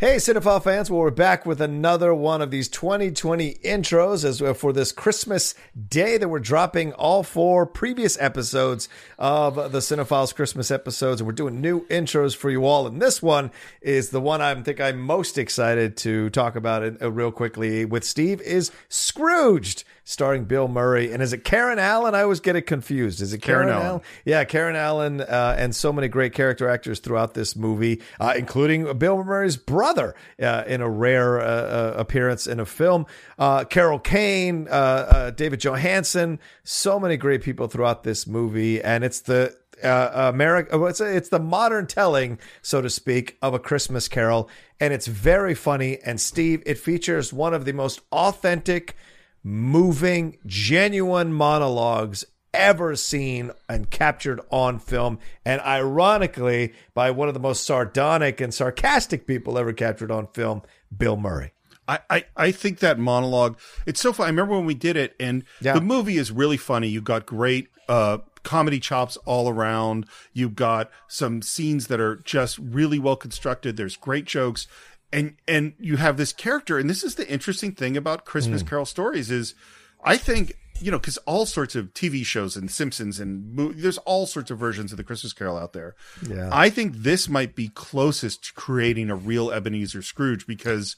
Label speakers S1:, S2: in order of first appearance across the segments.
S1: Hey, Cinephile fans. Well, we're back with another one of these 2020 intros as well for this Christmas day that we're dropping all four previous episodes of the Cinephiles Christmas episodes. And we're doing new intros for you all. And this one is the one I think I'm most excited to talk about it, uh, real quickly with Steve is Scrooged, starring Bill Murray. And is it Karen Allen? I always get it confused. Is it Karen,
S2: Karen Allen.
S1: Allen? Yeah, Karen Allen uh, and so many great character actors throughout this movie, uh, including Bill Murray's brother uh, in a rare uh, uh, appearance in a film. Uh, Carol Kane, uh, uh, David Johansen, so many great people throughout this movie, and it's the uh, America. It's, it's the modern telling, so to speak, of a Christmas Carol, and it's very funny. And Steve, it features one of the most authentic moving, genuine monologues ever seen and captured on film, and ironically, by one of the most sardonic and sarcastic people ever captured on film, Bill Murray.
S2: I, I, I think that monologue it's so fun. I remember when we did it and
S1: Yeah.
S2: the movie is really funny. You got great uh comedy chops all around. You've got some scenes that are just really well constructed. There's great jokes and and you have this character and this is the interesting thing about Christmas Carol stories is I think you know, because all sorts of TV shows and Simpsons and mo- there's all sorts of versions of the Christmas Carol out there.
S1: Yeah.
S2: I think this might be closest to creating a real Ebenezer Scrooge because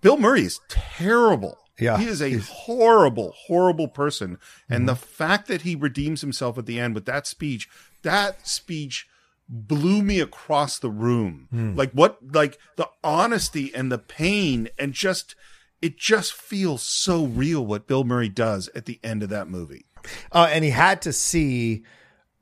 S2: Bill Murray is terrible.
S1: Yeah. Mm-hmm.
S2: He is a horrible, horrible person. And the fact that he redeems himself at the end with that speech, that speech blew me across the room.
S1: Hmm.
S2: Like what like the honesty and the pain and just it just feels so real what Bill Murray does at the end of that movie.
S1: uh, and he had to see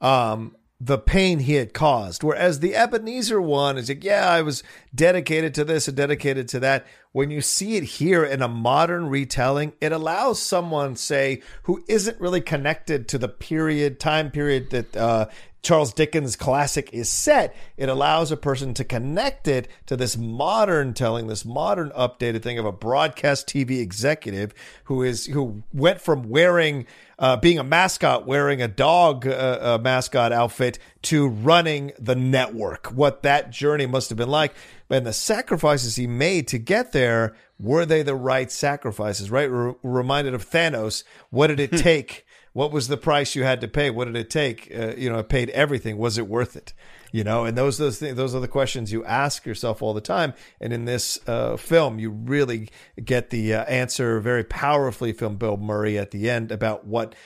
S1: um, the pain he had caused. Whereas the Ebenezer one is like, yeah, I was dedicated to this and dedicated to that. When you see it here in a modern retelling, it allows someone, say, who isn't really connected to the period, time period that uh, Charles Dickens' classic is set, it allows a person to connect it to this modern telling, this modern updated thing of a broadcast TV executive who is who went from wearing uh, being a mascot, wearing a dog uh, uh, mascot outfit, to running the network. What that journey must have been like, and the sacrifices he made to get there were they the right sacrifices? Right, we're we're reminded of Thanos. What did it take? what was the price you had to pay? What did it take? Uh, you know, it paid everything. Was it worth it? You know, and those those things, those are the questions you ask yourself all the time. And in this uh, film, you really get the uh, answer very powerfully from Bill Murray at the end about what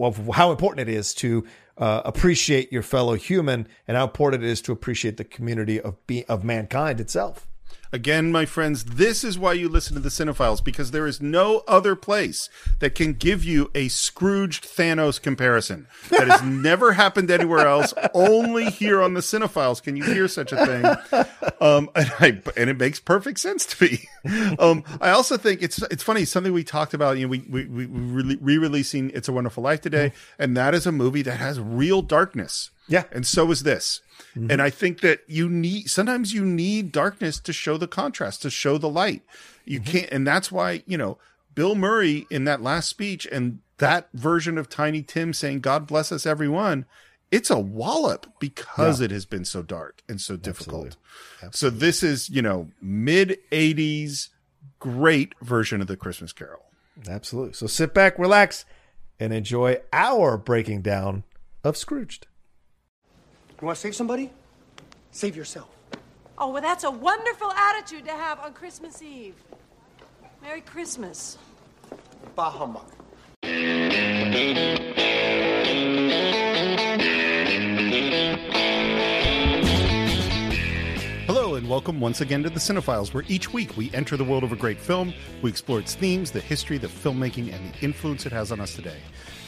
S1: of how important it is to uh, appreciate your fellow human and how important it is to appreciate the community of be, of mankind itself.
S2: Again, my friends, this is why you listen to the Cinephiles because there is no other place that can give you a Scrooge Thanos comparison that has never happened anywhere else. Only here on the Cinephiles can you hear such a thing, um, and, I, and it makes perfect sense to me. Um, I also think it's it's funny something we talked about. You know, we we we we re releasing "It's a Wonderful Life" today, and that is a movie that has real darkness.
S1: Yeah.
S2: And so is this. And I think that you need sometimes you need darkness to show the contrast, to show the light. You can't and that's why, you know, Bill Murray in that last speech and that version of Tiny Tim saying God bless us everyone, it's a wallop because it has been so dark and so difficult. So this is, you know, mid 80s great version of the Christmas Carol.
S1: Absolutely. So sit back, relax, and enjoy our breaking down of Scrooged.
S3: You want to save somebody? Save yourself.
S4: Oh, well, that's a wonderful attitude to have on Christmas Eve. Merry Christmas.
S3: Bah humbug.
S2: Hello, and welcome once again to the Cinephiles, where each week we enter the world of a great film. We explore its themes, the history, the filmmaking, and the influence it has on us today.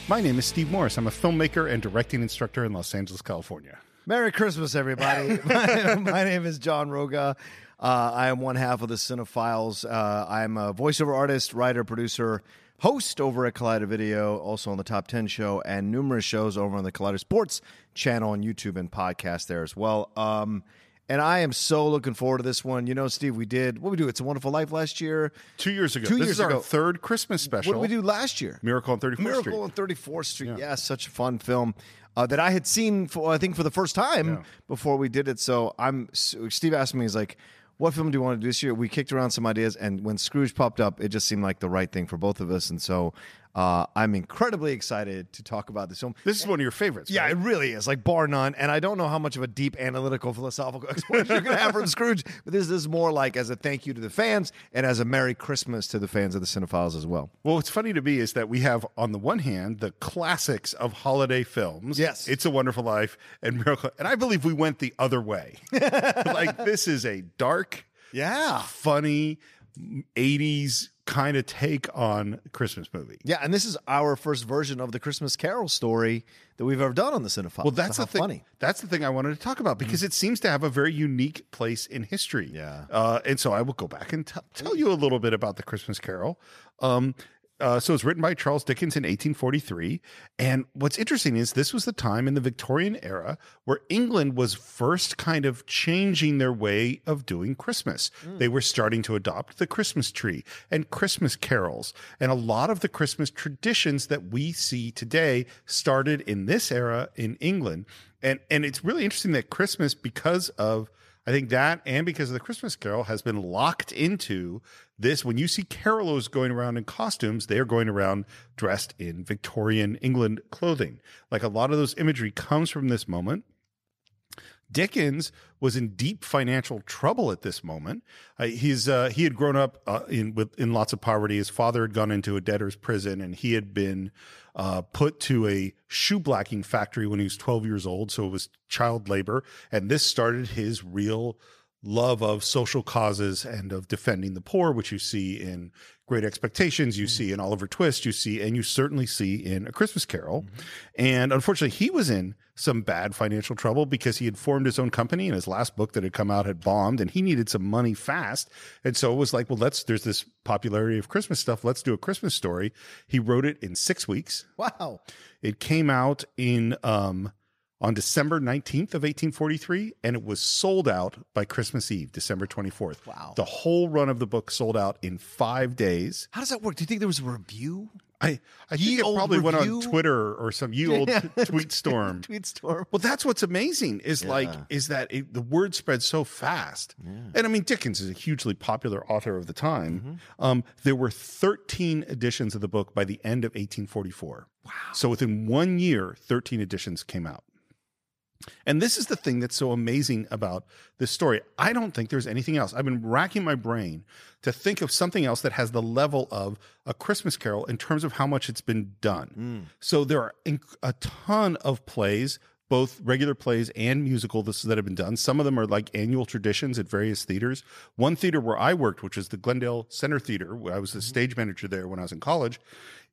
S2: My name is Steve Morris. I'm a filmmaker and directing instructor in Los Angeles, California.
S5: Merry Christmas, everybody. my, my name is John Roga. Uh, I am one half of the Cinephiles. Uh, I'm a voiceover artist, writer, producer, host over at Collider Video, also on the Top 10 show, and numerous shows over on the Collider Sports channel on YouTube and podcast there as well. Um, and I am so looking forward to this one. You know, Steve, we did what we do. It's a Wonderful Life last year.
S2: Two years ago,
S5: Two
S2: this
S5: years
S2: is our
S5: ago.
S2: third Christmas
S5: What
S2: special.
S5: did we do last year?
S2: Miracle on 34th
S5: Miracle
S2: Street.
S5: on 34th Street. Yeah. such a fun film uh, that I had seen for I think for the first time before we did it. So I'm so Steve asked me, he's like,
S1: what film do you want to do this year? We kicked around some ideas, and when Scrooge popped up, it just seemed like the right thing for both of us. And so uh, I'm incredibly excited to talk about this film.
S2: This is one of your favorites.
S1: Yeah,
S2: right?
S1: it really is, like bar none. And I don't know how much of a deep analytical philosophical explanation you're gonna have from Scrooge, but this is more like as a thank you to the fans and as a Merry Christmas to the fans of the Cinephiles as well.
S2: Well, what's funny to me is that we have, on the one hand, the classics of holiday films.
S1: Yes.
S2: It's a Wonderful Life and Miracle. And I believe we went the other way. like, this is a dark,
S1: Yeah.
S2: funny 80s kind of take on Christmas movie.
S1: Yeah, and this is our first version of the Christmas Carol story that we've ever done on the Cinephiles.
S2: Well, that's
S1: so
S2: the
S1: how
S2: thing.
S1: funny. Mm.
S2: That's the thing I wanted to talk about because it seems to have a very unique place in history.
S1: Yeah.
S2: uh, and so I will go back and t- tell you a little bit about the Christmas Carol. Um, uh, so it's written by Charles Dickens in 1843, and what's interesting is this was the time in the Victorian era where England was first kind of changing their way of doing Christmas. They were starting to adopt the Christmas tree and Christmas carols, and a lot of the Christmas traditions that we see today started in this era in England. And and it's really interesting that Christmas, because of I think that and because of the Christmas Carol has been locked into this. When you see carolers going around in costumes, they are going around dressed in Victorian England clothing. Like a lot of those imagery comes from this moment. Dickens was in deep financial trouble at this moment. Uh, he's uh, he had grown up uh, in with in lots of poverty. His father had gone into a debtor's prison, and he had been uh, put to a shoe blacking factory when he was twelve years old. So it was child labor, and this started his real love of social causes and of defending the poor, which you see in Great Expectations, you see in Oliver Twist, you see, and you certainly see in A Christmas Carol. And unfortunately, he was in some bad financial trouble because he had formed his own company and his last book that had come out had bombed and he needed some money fast. And so it was like, well, let's, there's this popularity of Christmas stuff. Let's do a Christmas story. He wrote it in six weeks.
S1: Wow.
S2: It came out in um, on December 19th of 1843 and it was sold out by Christmas Eve, December 24th.
S1: Wow.
S2: The whole run of the book sold out in 5 days.
S1: How does that work? Do you think there was a review?
S2: I I think
S1: Ye
S2: it
S1: olde
S2: probably went on
S1: review?
S2: Twitter or some ye old tweet storm.
S1: Tweet storm.
S2: Well, that's what's amazing is like is that it, the word spread so fast, and I mean Dickens is a hugely popular author of the time.
S1: Mm-hmm.
S2: Um, there were thirteen editions of the book by the end of 1844. Wow! So within one year, thirteen editions came out. And this is the thing that's so amazing about this story. I don't think there's anything else. I've been racking my brain to think of something else that has the level of a Christmas Carol in terms of how much it's been done. So there are inc- a ton of plays, both regular plays and musical this, that have been done. Some of them are like annual traditions at various theaters. One theater where I worked, which is the Glendale Center Theater, where I was the stage manager there when I was in college,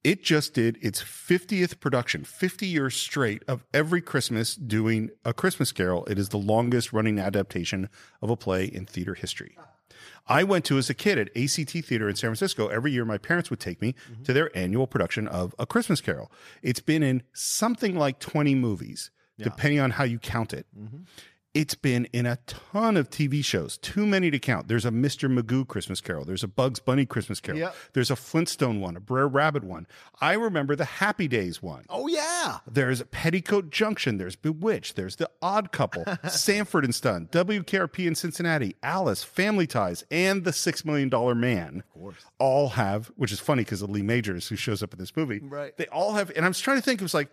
S2: it just did its 50th production, 50 years straight of every Christmas doing a Christmas Carol. It is the longest running adaptation of a play in theater history. I went to as a kid at ACT Theater in San Francisco. Every year, my parents would take me to their annual production of A Christmas Carol. It's been in something like 20 movies, depending on how you count it. It's been in a ton of TV shows, too many to count. There's a Mr. Magoo Christmas Carol. There's a Bugs Bunny Christmas Carol.
S1: Yep.
S2: There's a Flintstone one, a Brer Rabbit one. I remember the Happy Days one.
S1: Oh yeah.
S2: There's Petticoat Junction. There's Bewitched. There's The Odd Couple, Sanford and Stun, WKRP in Cincinnati, Alice, Family Ties, and The Six Million Dollar Man. Of course. All have, which is funny because of Lee Majors, who shows up in this movie.
S1: Right.
S2: They all have, and I'm just trying to think, it was like,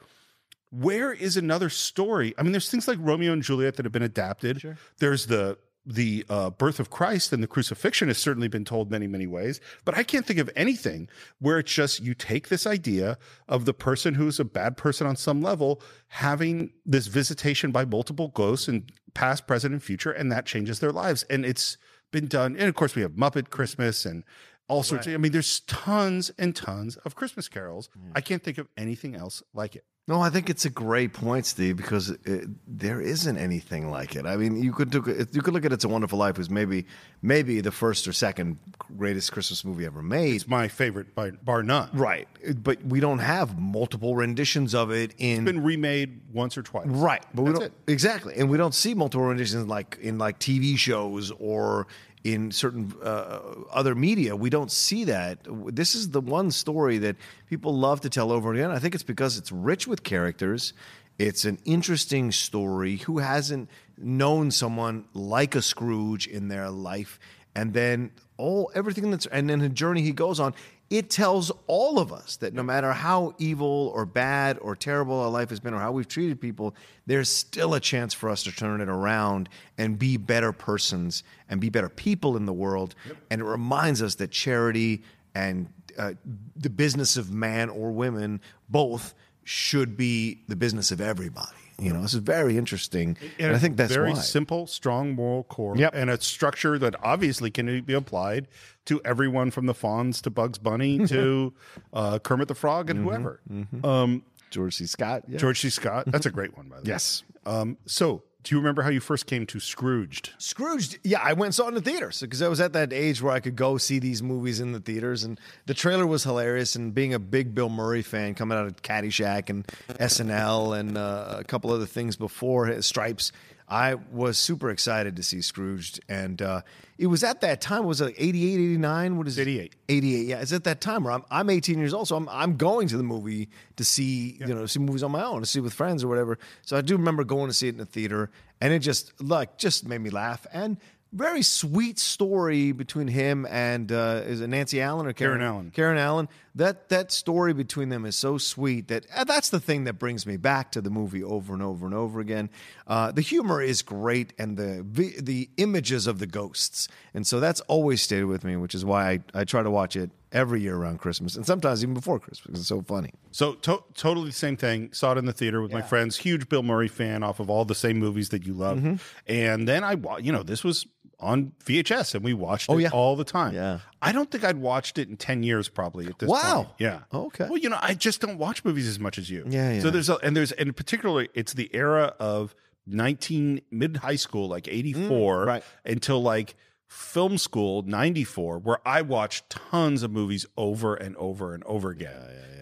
S2: where is another story? I mean, there's things like Romeo and Juliet that have been adapted. There's the the uh, birth of Christ and the crucifixion has certainly been told many, many ways. But I can't think of anything where it's just you take this idea of the person who's a bad person on some level having this visitation by multiple ghosts and past, present, and future, and that changes their lives. And it's been done. And of course, we have Muppet Christmas and all sorts. Of, I mean, there's tons and tons of Christmas carols. I can't think of anything else like it.
S1: No, I think it's a great point, Steve, because it, there isn't anything like it. I mean, you could look, you could look at "It's a Wonderful Life" as maybe maybe the first or second greatest Christmas movie ever made.
S2: my favorite by bar none.
S1: Right, but we don't have multiple renditions of it in
S2: Been remade once or twice.
S1: Right, but we
S2: That's
S1: don't exactly, and we don't see multiple renditions like in like TV shows or in certain uh, other media. We don't see that. This is the one story that people love to tell over and again. I think it's because it's rich with characters. It's an interesting story. Who hasn't known someone like a Scrooge in their life, and then all everything that's and then the journey he goes on. It tells all of us that no matter how evil or bad or terrible our life has been or how we've treated people, there's still a chance for us to turn it around and be better persons and be better people in the world. And it reminds us that charity and uh, the business of man or women both should be the business of everybody. You know, this is very interesting, and I think that's
S2: very
S1: why.
S2: simple, strong moral core,
S1: Yep.
S2: and a structure that obviously can be applied to everyone from the Fonz to Bugs Bunny
S1: Mm-hmm.
S2: to uh, Kermit the Frog and whoever. Um,
S1: George C. Scott, yeah.
S2: George C. Scott. That's a great one, by the way.
S1: Mm-hmm. Yes.
S2: Um, so, do you remember how you first came to Scrooged?
S1: Scrooge. Yeah, I went and saw it in the theaters because I was at that age where I could go see these movies in the theaters, and the trailer was hilarious. And being a big Bill Murray fan, coming out of Caddyshack and SNL and uh, a couple other things before his Stripes, I was super excited to see Scrooge. And uh, it was at that time. It was like 88, 89. What is it?
S2: 88.
S1: 88. Yeah, it's at that time where I'm, I'm 18 years old, so I'm, I'm going to the movie to see you know see movies on my own, to see with friends or whatever. So I do remember going to see it in the theater, and it just like just made me laugh. And very sweet story between him and uh, is it Nancy Allen or Karen,
S2: Karen Allen.
S1: Karen Allen. That that story between them is so sweet that uh, that's the thing that brings me back to the movie over and over and over again. Uh, the humor is great, and the vi- the images of the ghosts, and so that's always stayed with me, which is why I, I try to watch it every year around Christmas, and sometimes even before Christmas. 'cause It's so funny.
S2: So to- totally the same thing. Saw it in the theater with my friends. Huge Bill Murray fan off of all the same movies that you love.
S1: Mm-hmm.
S2: And then I, wa- you know, this was on VHS and we watched it
S1: Oh, yeah.
S2: all the time.
S1: Yeah.
S2: I don't think I'd watched it in 10 years probably at this
S1: Wow.
S2: point. Yeah.
S1: Okay.
S2: Well, you know, I just don't watch movies as much as you.
S1: Yeah, yeah.
S2: So there's a, and there's and particularly it's the era of 19 mid high school like 84
S1: Mm, right.
S2: until like film school 94 where i watched tons of movies over and over and over again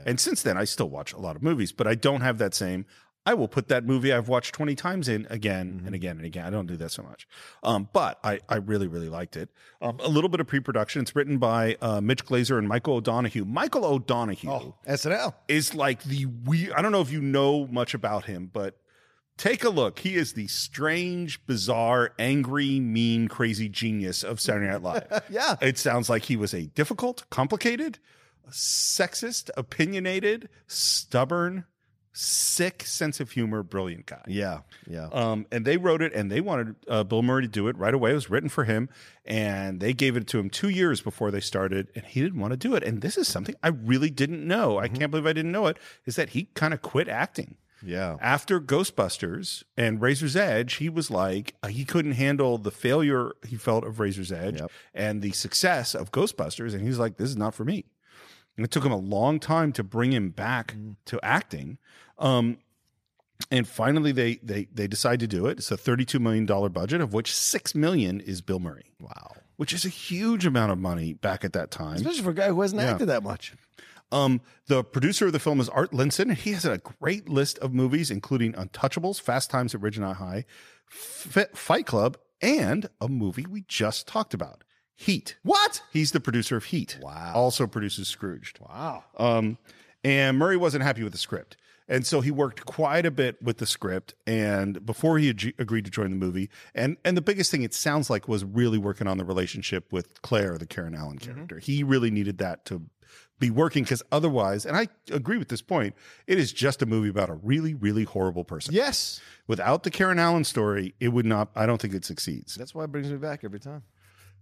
S2: and since then i still watch a lot of movies but i don't have that same i will put that movie i've watched 20 times in again
S1: Mm-hmm.
S2: and again and again i don't do that so much um, but I, I really really liked it um, a little bit of pre-production it's written by uh, mitch glazer and michael o'donohue michael o'donohue
S1: Oh. SNL.
S2: is like the we I don't know if you know much about him, but take a look. He is the strange, bizarre, angry, mean, crazy genius of Saturday Night Live.
S1: Yeah.
S2: It sounds like he was a difficult, complicated, sexist, opinionated, stubborn, sick sense of humor, brilliant guy.
S1: Yeah, yeah.
S2: Um, and they wrote it, and they wanted uh, Bill Murray to do it right away. It was written for him, and they gave it to him two years before they started, and he didn't want to do it. And this is something I really didn't know. I
S1: Mm-hmm.
S2: can't believe I didn't know it. Is that he kind of quit acting?
S1: Yeah.
S2: After Ghostbusters and Razor's Edge, he was like uh, he couldn't handle the failure he felt of Razor's Edge
S1: Yep.
S2: and the success of Ghostbusters, and he's like, "This is not for me." And it took him a long time to bring him back
S1: Mm.
S2: to acting. Um, and finally they they they decide to do it. It's a 32 million dollar budget of which 6 million is Bill Murray,
S1: wow.
S2: which is a huge amount of money back at that time.
S1: Especially for a guy who hasn't acted that much.
S2: Um, the producer of the film is Art Linson, and he has a great list of movies, including Untouchables, Fast Times at Ridgemont High, F- Fight Club, and a movie we just talked about, Heat.
S1: What?
S2: He's the producer of Heat.
S1: Wow.
S2: Also produces Scrooged. Wow. Um, and Murray wasn't happy with the script. And so he worked quite a bit with the script and before he ag- agreed to join the movie. And and the biggest thing it sounds like was really working on the relationship with Claire, the Karen Allen
S1: Mm-hmm.
S2: character. He really needed that to be working because otherwise, and I agree with this point, it is just a movie about a really, really horrible person.
S1: Yes.
S2: Without the Karen Allen story, it would not, I don't think it succeeds.
S1: That's why it brings me back every time.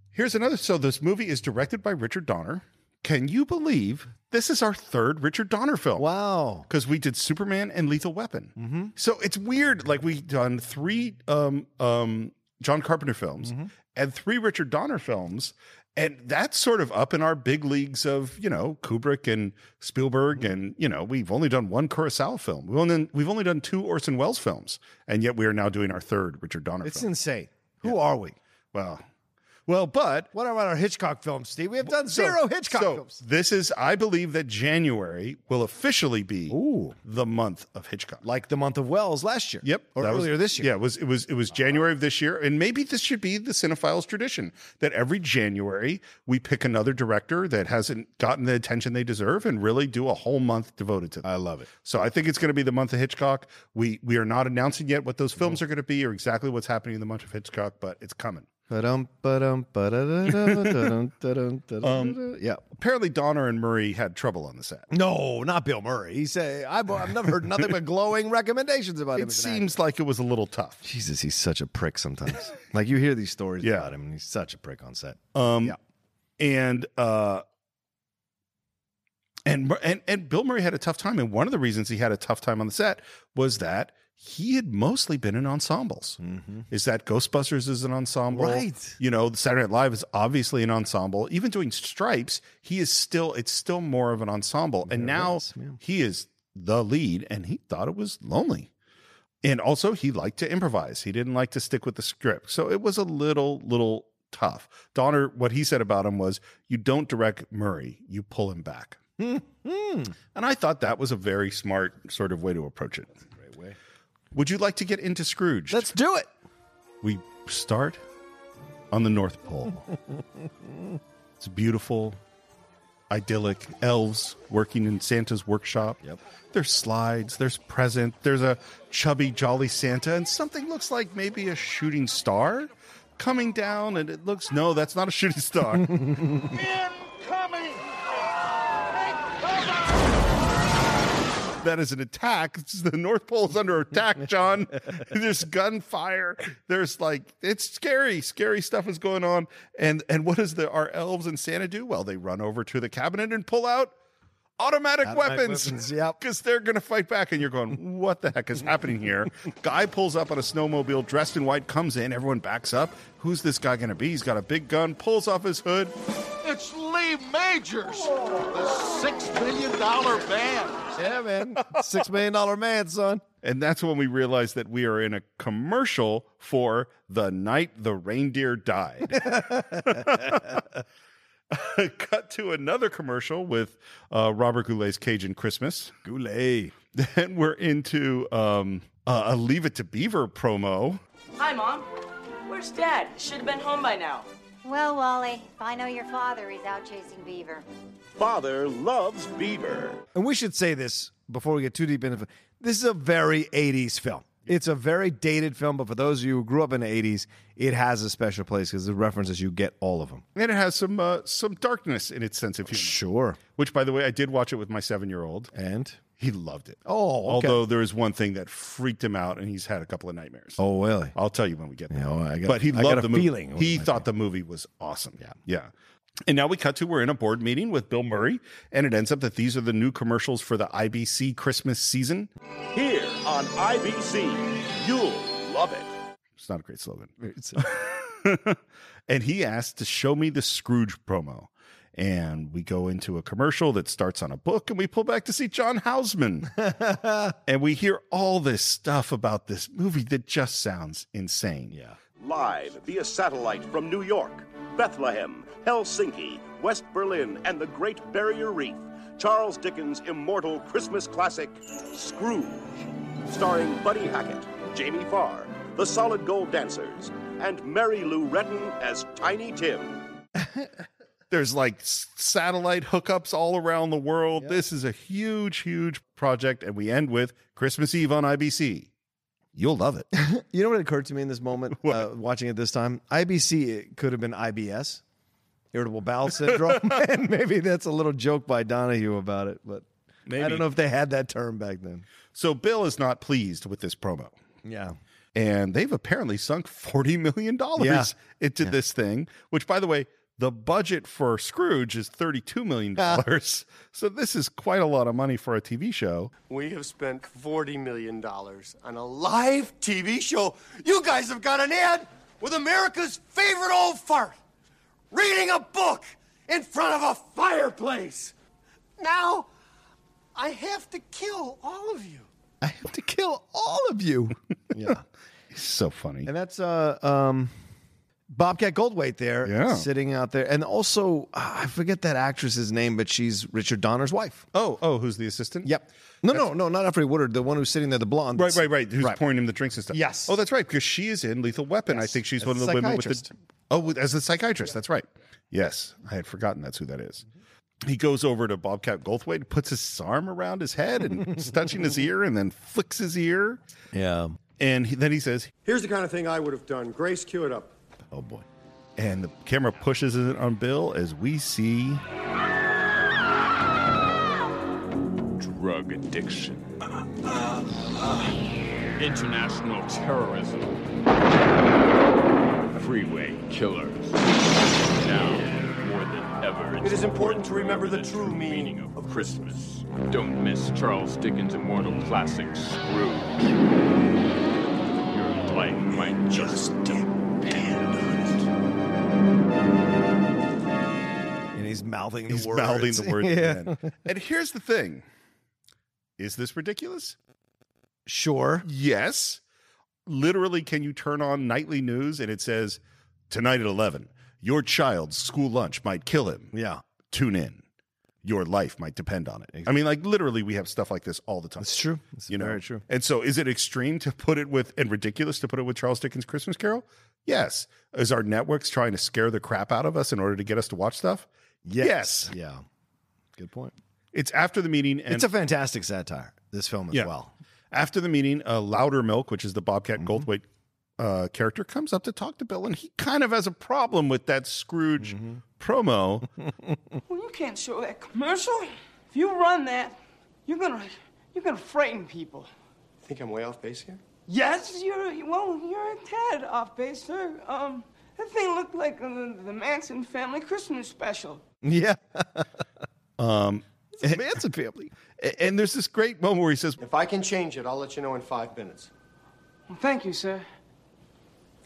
S2: Here's another. So this movie is directed by Richard Donner. Can you believe this is our third Richard Donner film?
S1: Wow.
S2: Because we did Superman and Lethal Weapon.
S6: Mm-hmm.
S2: So it's weird. Like we've done three um, um, John Carpenter films
S6: Mm-hmm.
S2: and three Richard Donner films. And that's sort of up in our big leagues of, you know, Kubrick and Spielberg.
S6: Mm-hmm.
S2: And, you know, we've only done one Kurosawa film. We've only, we've only done two Orson Welles films. And yet we are now doing our third Richard Donner
S1: It's
S2: film.
S1: insane. Who are we?
S2: Well,
S1: Well, but
S6: What about our Hitchcock films, Steve? We have done zero Hitchcock
S2: so
S6: films.
S2: This is, I believe, that January will officially be the month of Hitchcock.
S1: like the month of Wells last year.
S2: Yep,
S1: Or
S2: that was-
S1: earlier this year.
S2: Yeah, it was it was it was January of this year, and maybe this should be the cinephiles tradition that every January we pick another director that hasn't gotten the attention they deserve, and really do a whole month devoted to. Them. I love it. So I think it's going to be the month of Hitchcock. We we are not announcing yet what those
S1: Mm-hmm.
S2: films are going to be or exactly what's happening in the month of Hitchcock, but it's coming.
S1: Ba-dum, ba-dum, ba-da-da-da, da-dum, da-dum, da-dum, yeah.
S2: Apparently, Donner and Murray had trouble on the set.
S1: No, not Bill Murray. He said, I've, I've never heard nothing but glowing recommendations about him.
S2: It
S1: as an actor.
S2: seems like it was a little tough.
S1: Jesus, he's such a prick sometimes. like you hear these stories
S2: Yeah.
S1: about him, and he's such a prick on set.
S2: Um,
S1: Yeah.
S2: and uh, and and and Bill Murray had a tough time, and one of the reasons he had a tough time on the set was that he had mostly been in ensembles. Is that Ghostbusters is an ensemble,
S1: Right.
S2: You know, Saturday Night Live is obviously an ensemble. Even doing Stripes, he is still it's still more of an ensemble, and now
S1: is, yeah.
S2: he is the lead, and he thought it was lonely. And also, he liked to improvise. He didn't like to stick with the script. So it was a little, little tough. Donner, what he said about him was, you don't direct Murray, you pull him back.
S1: Mm-hmm.
S2: And I thought that was a very smart sort of way to approach it. Great way. Would you like to get into Scrooge?
S1: Let's do it.
S2: we start on the North Pole. it's beautiful, idyllic. Elves working in Santa's workshop.
S1: Yep.
S2: There's slides, there's present, there's a chubby, jolly Santa, and something looks like maybe a shooting star coming down, and it looks no, that's not a shooting star.
S7: Incoming!
S2: that is an attack. It's- The North Pole is under attack, John. There's gunfire. There's like it's scary. Scary stuff is going on. And and what does the our elves and Santa do? Well, they run over to the cabinet and pull out automatic,
S1: Automatic
S2: weapons.
S1: weapons, yep.
S2: Because they're gonna fight back. And you're going, what the heck is happening here? guy pulls up on a snowmobile, dressed in white, comes in, everyone backs up. Who's this guy gonna be? He's got a big gun, pulls off his hood.
S7: It's Lee Majors, the six million dollar band.
S1: Yeah, man. Six million dollar man, son.
S2: And that's when we realized that we are in a commercial for The Night the Reindeer Died. Cut to another commercial with uh, Robert Goulet's Cajun Christmas.
S1: Goulet.
S2: Then we're into um, uh, a Leave It to Beaver promo.
S4: Hi, Mom. Where's Dad? Should have been home by now.
S8: Well, Wally, if I know your father, he's out chasing beaver.
S7: Father loves Beaver.
S1: And we should say this before we get too deep into it. This is a very 80s film. It's a very dated film, but for those of you who grew up in the 80s, it has a special place because the references you get all of them.
S2: And it has some uh, some darkness in its sense of humor.
S1: Sure.
S2: Which, by the way, I did watch it with my seven year old.
S1: And
S2: He loved it.
S1: Oh, okay.
S2: although there is one thing that freaked him out, and he's had a couple of nightmares.
S1: oh, really?
S2: I'll tell you when we get there.
S1: Yeah, well, I got-
S2: but he
S1: I
S2: loved
S1: got a
S2: the movie.
S1: feeling it was
S2: He
S1: my
S2: thought the movie was awesome. Yeah, yeah. And now we cut to we're in a board meeting with Bill Murray, and it ends up that these are the new commercials for the IBC Christmas season.
S7: Here on IBC, you'll love it.
S2: It's not a great slogan. and he asked to show me the Scrooge promo. And we go into a commercial that starts on a book, and we pull back to see John Houseman. and we hear all this stuff about this movie that just sounds insane. Yeah.
S7: Live via satellite from New York, Bethlehem, Helsinki, West Berlin, and the Great Barrier Reef, Charles Dickens' immortal Christmas classic, Scrooge, starring Buddy Hackett, Jamie Farr, the Solid Gold Dancers, and Mary Lou Retton as Tiny Tim.
S2: There's like s- satellite hookups all around the world. This is a huge, huge project. And we end with Christmas Eve on IBC. You'll love it.
S1: You know what occurred to me in this moment, uh, watching it this time? IBC it could have been IBS, irritable bowel syndrome. and maybe that's a little joke by Donahue about it, but I
S2: Maybe.
S1: don't know if they had that term back then.
S2: so Bill is not pleased with this promo.
S1: Yeah.
S2: And they've apparently sunk $40 million
S1: Yeah.
S2: into this thing, which, by the way, the budget for Scrooge is $32 million.
S1: Ah.
S2: so this is quite a lot of money for a TV show.
S3: We have spent $40 million on a live TV show. You guys have got an ad with America's favorite old fart reading a book in front of a fireplace. Now, I have to kill all of you.
S1: I have to kill all of you. yeah.
S2: So funny.
S1: And that's uh um Bobcat Goldthwait there,
S2: Yeah.
S1: sitting out there, and also ah, I forget that actress's name, but she's Richard Donner's wife.
S2: Oh, oh, who's the assistant?
S1: Yep. No, no, no, not Alfred Woodard, the one who's sitting there, the blonde.
S2: Right, right, right. Who's
S1: Right.
S2: pouring him the drinks and stuff?
S1: Yes.
S2: Oh, that's right. Because she is in Lethal Weapon. I think she's
S1: As
S2: one of
S1: a
S2: the women with the.
S1: psychiatrist.
S2: Oh, with- as the psychiatrist. That's right. Yes, I had forgotten that's who that is. He goes over to Bobcat Goldthwait, puts his arm around his head and is touching his ear, and then flicks his ear.
S1: Yeah.
S2: And he, then he says,
S3: Here's the kind of thing I would have done. Grace, cue it up.
S2: "Oh boy," and the camera pushes it on Bill as we see
S9: drug addiction, international terrorism, freeway killers. Now more than ever,
S3: It is important to remember the
S9: the
S3: true meaning of
S9: of Christmas. Don't miss Charles Dickens' immortal classic Scrooge. Your life might just depend on it.
S1: And he's mouthing the
S2: He's
S1: words.
S2: mouthing the word.
S1: Yeah.
S2: man. And here's the thing: Is this ridiculous?
S1: Sure.
S2: Yes. Literally, can you turn on nightly news and it says tonight at eleven, your child's school lunch might kill him.
S1: Yeah.
S2: Tune in. Your life might depend on it. I mean, like literally, we have stuff like this all the time.
S1: It's true. It's
S2: you know,
S1: very true.
S2: And so, is it extreme to put it with and ridiculous to put it with Charles Dickens' Christmas Carol? Yes. Is our networks trying to scare the crap out of us in order to get us to watch stuff? Yes.
S1: Yeah. Good point.
S2: It's after the meeting. And
S1: it's a fantastic satire, this film as
S2: Yeah.
S1: well.
S2: After the meeting, uh, Louder Milk, which is the Bobcat
S1: Mm-hmm.
S2: Goldthwait uh, character, comes up to talk to Bill, and he kind of has a problem with that Scrooge
S1: Mm-hmm.
S2: promo.
S10: Well, you can't show that commercial. If you run that, you're gonna you're gonna frighten people.
S3: Think I'm way off base here?
S10: Yes, you're well, you're a tad off base, sir. Um, that thing looked like the, the Manson family Christmas special.
S1: Yeah.
S2: Manson family. A- And there's this great moment where he says,
S3: If I can change it, I'll let you know in five minutes.
S10: Well, thank you, sir.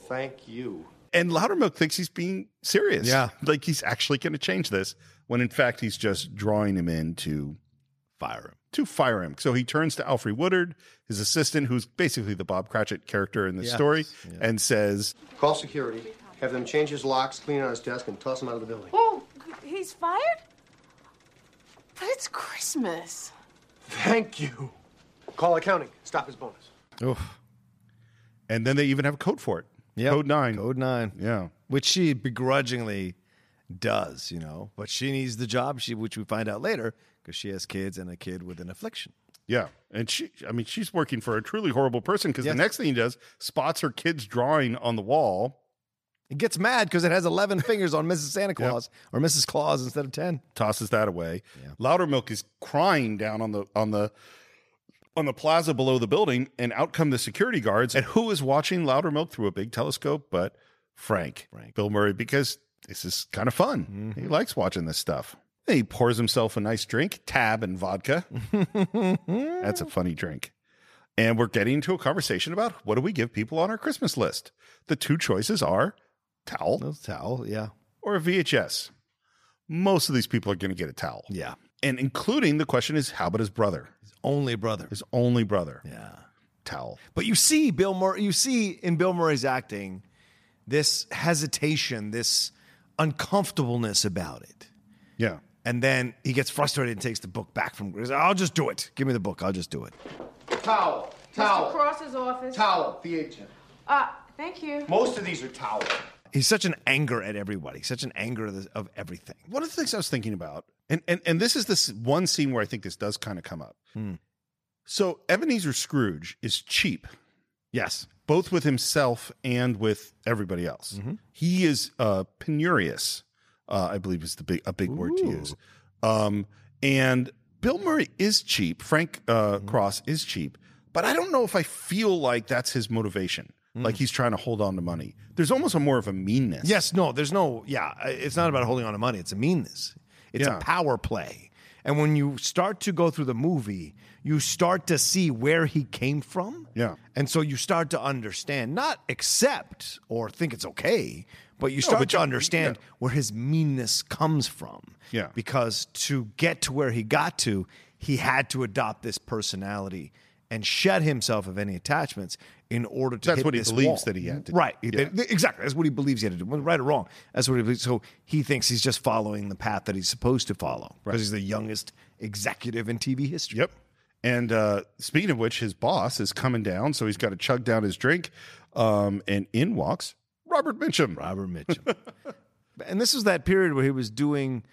S3: Thank you.
S2: and Louder Milk thinks he's being serious.
S1: Yeah.
S2: Like he's actually going to change this, when in fact, he's just drawing him in to
S1: Fire him.
S2: to fire him. So he turns to Alfred Woodard, his assistant, who's basically the Bob Cratchit character in this
S1: Yes.
S2: story,
S1: Yeah.
S2: and says,
S3: Call security, have them change his locks, clean out his desk, and toss him out of the building.
S4: Oh, he's fired? But it's Christmas.
S3: Thank you. Call accounting, stop his bonus.
S1: Oof.
S2: and then they even have a code for it.
S1: Yep.
S2: Code nine.
S1: Code nine.
S2: Yeah.
S1: Which she begrudgingly does, you know, but she needs the job, she which we find out later because she has kids and a kid with an affliction.
S2: Yeah, and she—I mean, she's working for a truly horrible person because
S1: Yes.
S2: the next thing he does spots her kid's drawing on the wall,
S1: It gets mad because it has 11 fingers on Mrs. Santa Claus or Mrs. Claus instead of 10.
S2: tosses that away. Loudermilk is crying down on the on the on the plaza below the building, and out come the security guards. And who is watching Loudermilk through a big telescope? But Frank,
S1: Frank.
S2: Bill Murray, because this is kind of fun. He likes watching this stuff. He pours himself a nice drink, tab and vodka. That's a funny drink. And we're getting into a conversation about what do we give people on our Christmas list? The two choices are towel
S1: No towel. Yeah.
S2: or a VHS. Most of these people are going to get a towel.
S1: Yeah.
S2: And including the question is how about his brother?
S1: Only brother.
S2: His only brother.
S1: Yeah.
S2: Towel.
S1: But you see Bill Murray, you see in Bill Murray's acting this hesitation, this uncomfortableness about it.
S2: Yeah.
S1: And then he gets frustrated and takes the book back from Grace. I'll just do it. Give me the book. I'll just do it.
S3: Towel,
S4: Mr.
S3: towel,
S4: Cross's office.
S3: towel, the agent.
S4: Uh, thank you.
S3: Most of these are towel.
S1: He's such an anger at everybody, such an anger of, the- of everything.
S2: One of the things I was thinking about, and and, and this is this one scene where I think this does kind of come up.
S1: Hmm.
S2: So Ebenezer Scrooge is cheap,
S1: Yes.
S2: both with himself and with everybody else.
S1: Mm-hmm.
S2: He is uh, penurious, uh, I believe is the big a big word to use. Um, and Bill Murray is cheap. Frank uh,
S1: Mm-hmm.
S2: Cross is cheap, but I don't know if I feel like that's his motivation. Like he's trying to hold on to money. There's almost a more of a meanness.
S1: Mm. Yes. No, there's no, yeah, it's not about holding on to money. It's a meanness, it's
S2: Yeah.
S1: a power play. And when you start to go through the movie, you start to see where he came from.
S2: Yeah.
S1: And so you start to understand, not accept or think it's okay, but you start
S2: but
S1: to
S2: you-
S1: understand
S2: yeah.
S1: where his meanness comes from.
S2: Yeah.
S1: Because to get to where he got to, he had to adopt this personality and shed himself of any attachments in order to.
S2: That's
S1: hit
S2: what he
S1: this
S2: believes
S1: wall.
S2: that he had to do.
S1: Right. Th- Exactly. That's what he believes he had to do. Whether Right or wrong. That's what he believes. So he thinks he's just following the path that he's supposed to follow because he's the youngest executive in TV history.
S2: Yep. And uh, speaking of which, his boss is coming down, so he's got to chug down his drink. Um, and in walks Robert Mitchum.
S1: Robert Mitchum. and this was that period where he was doing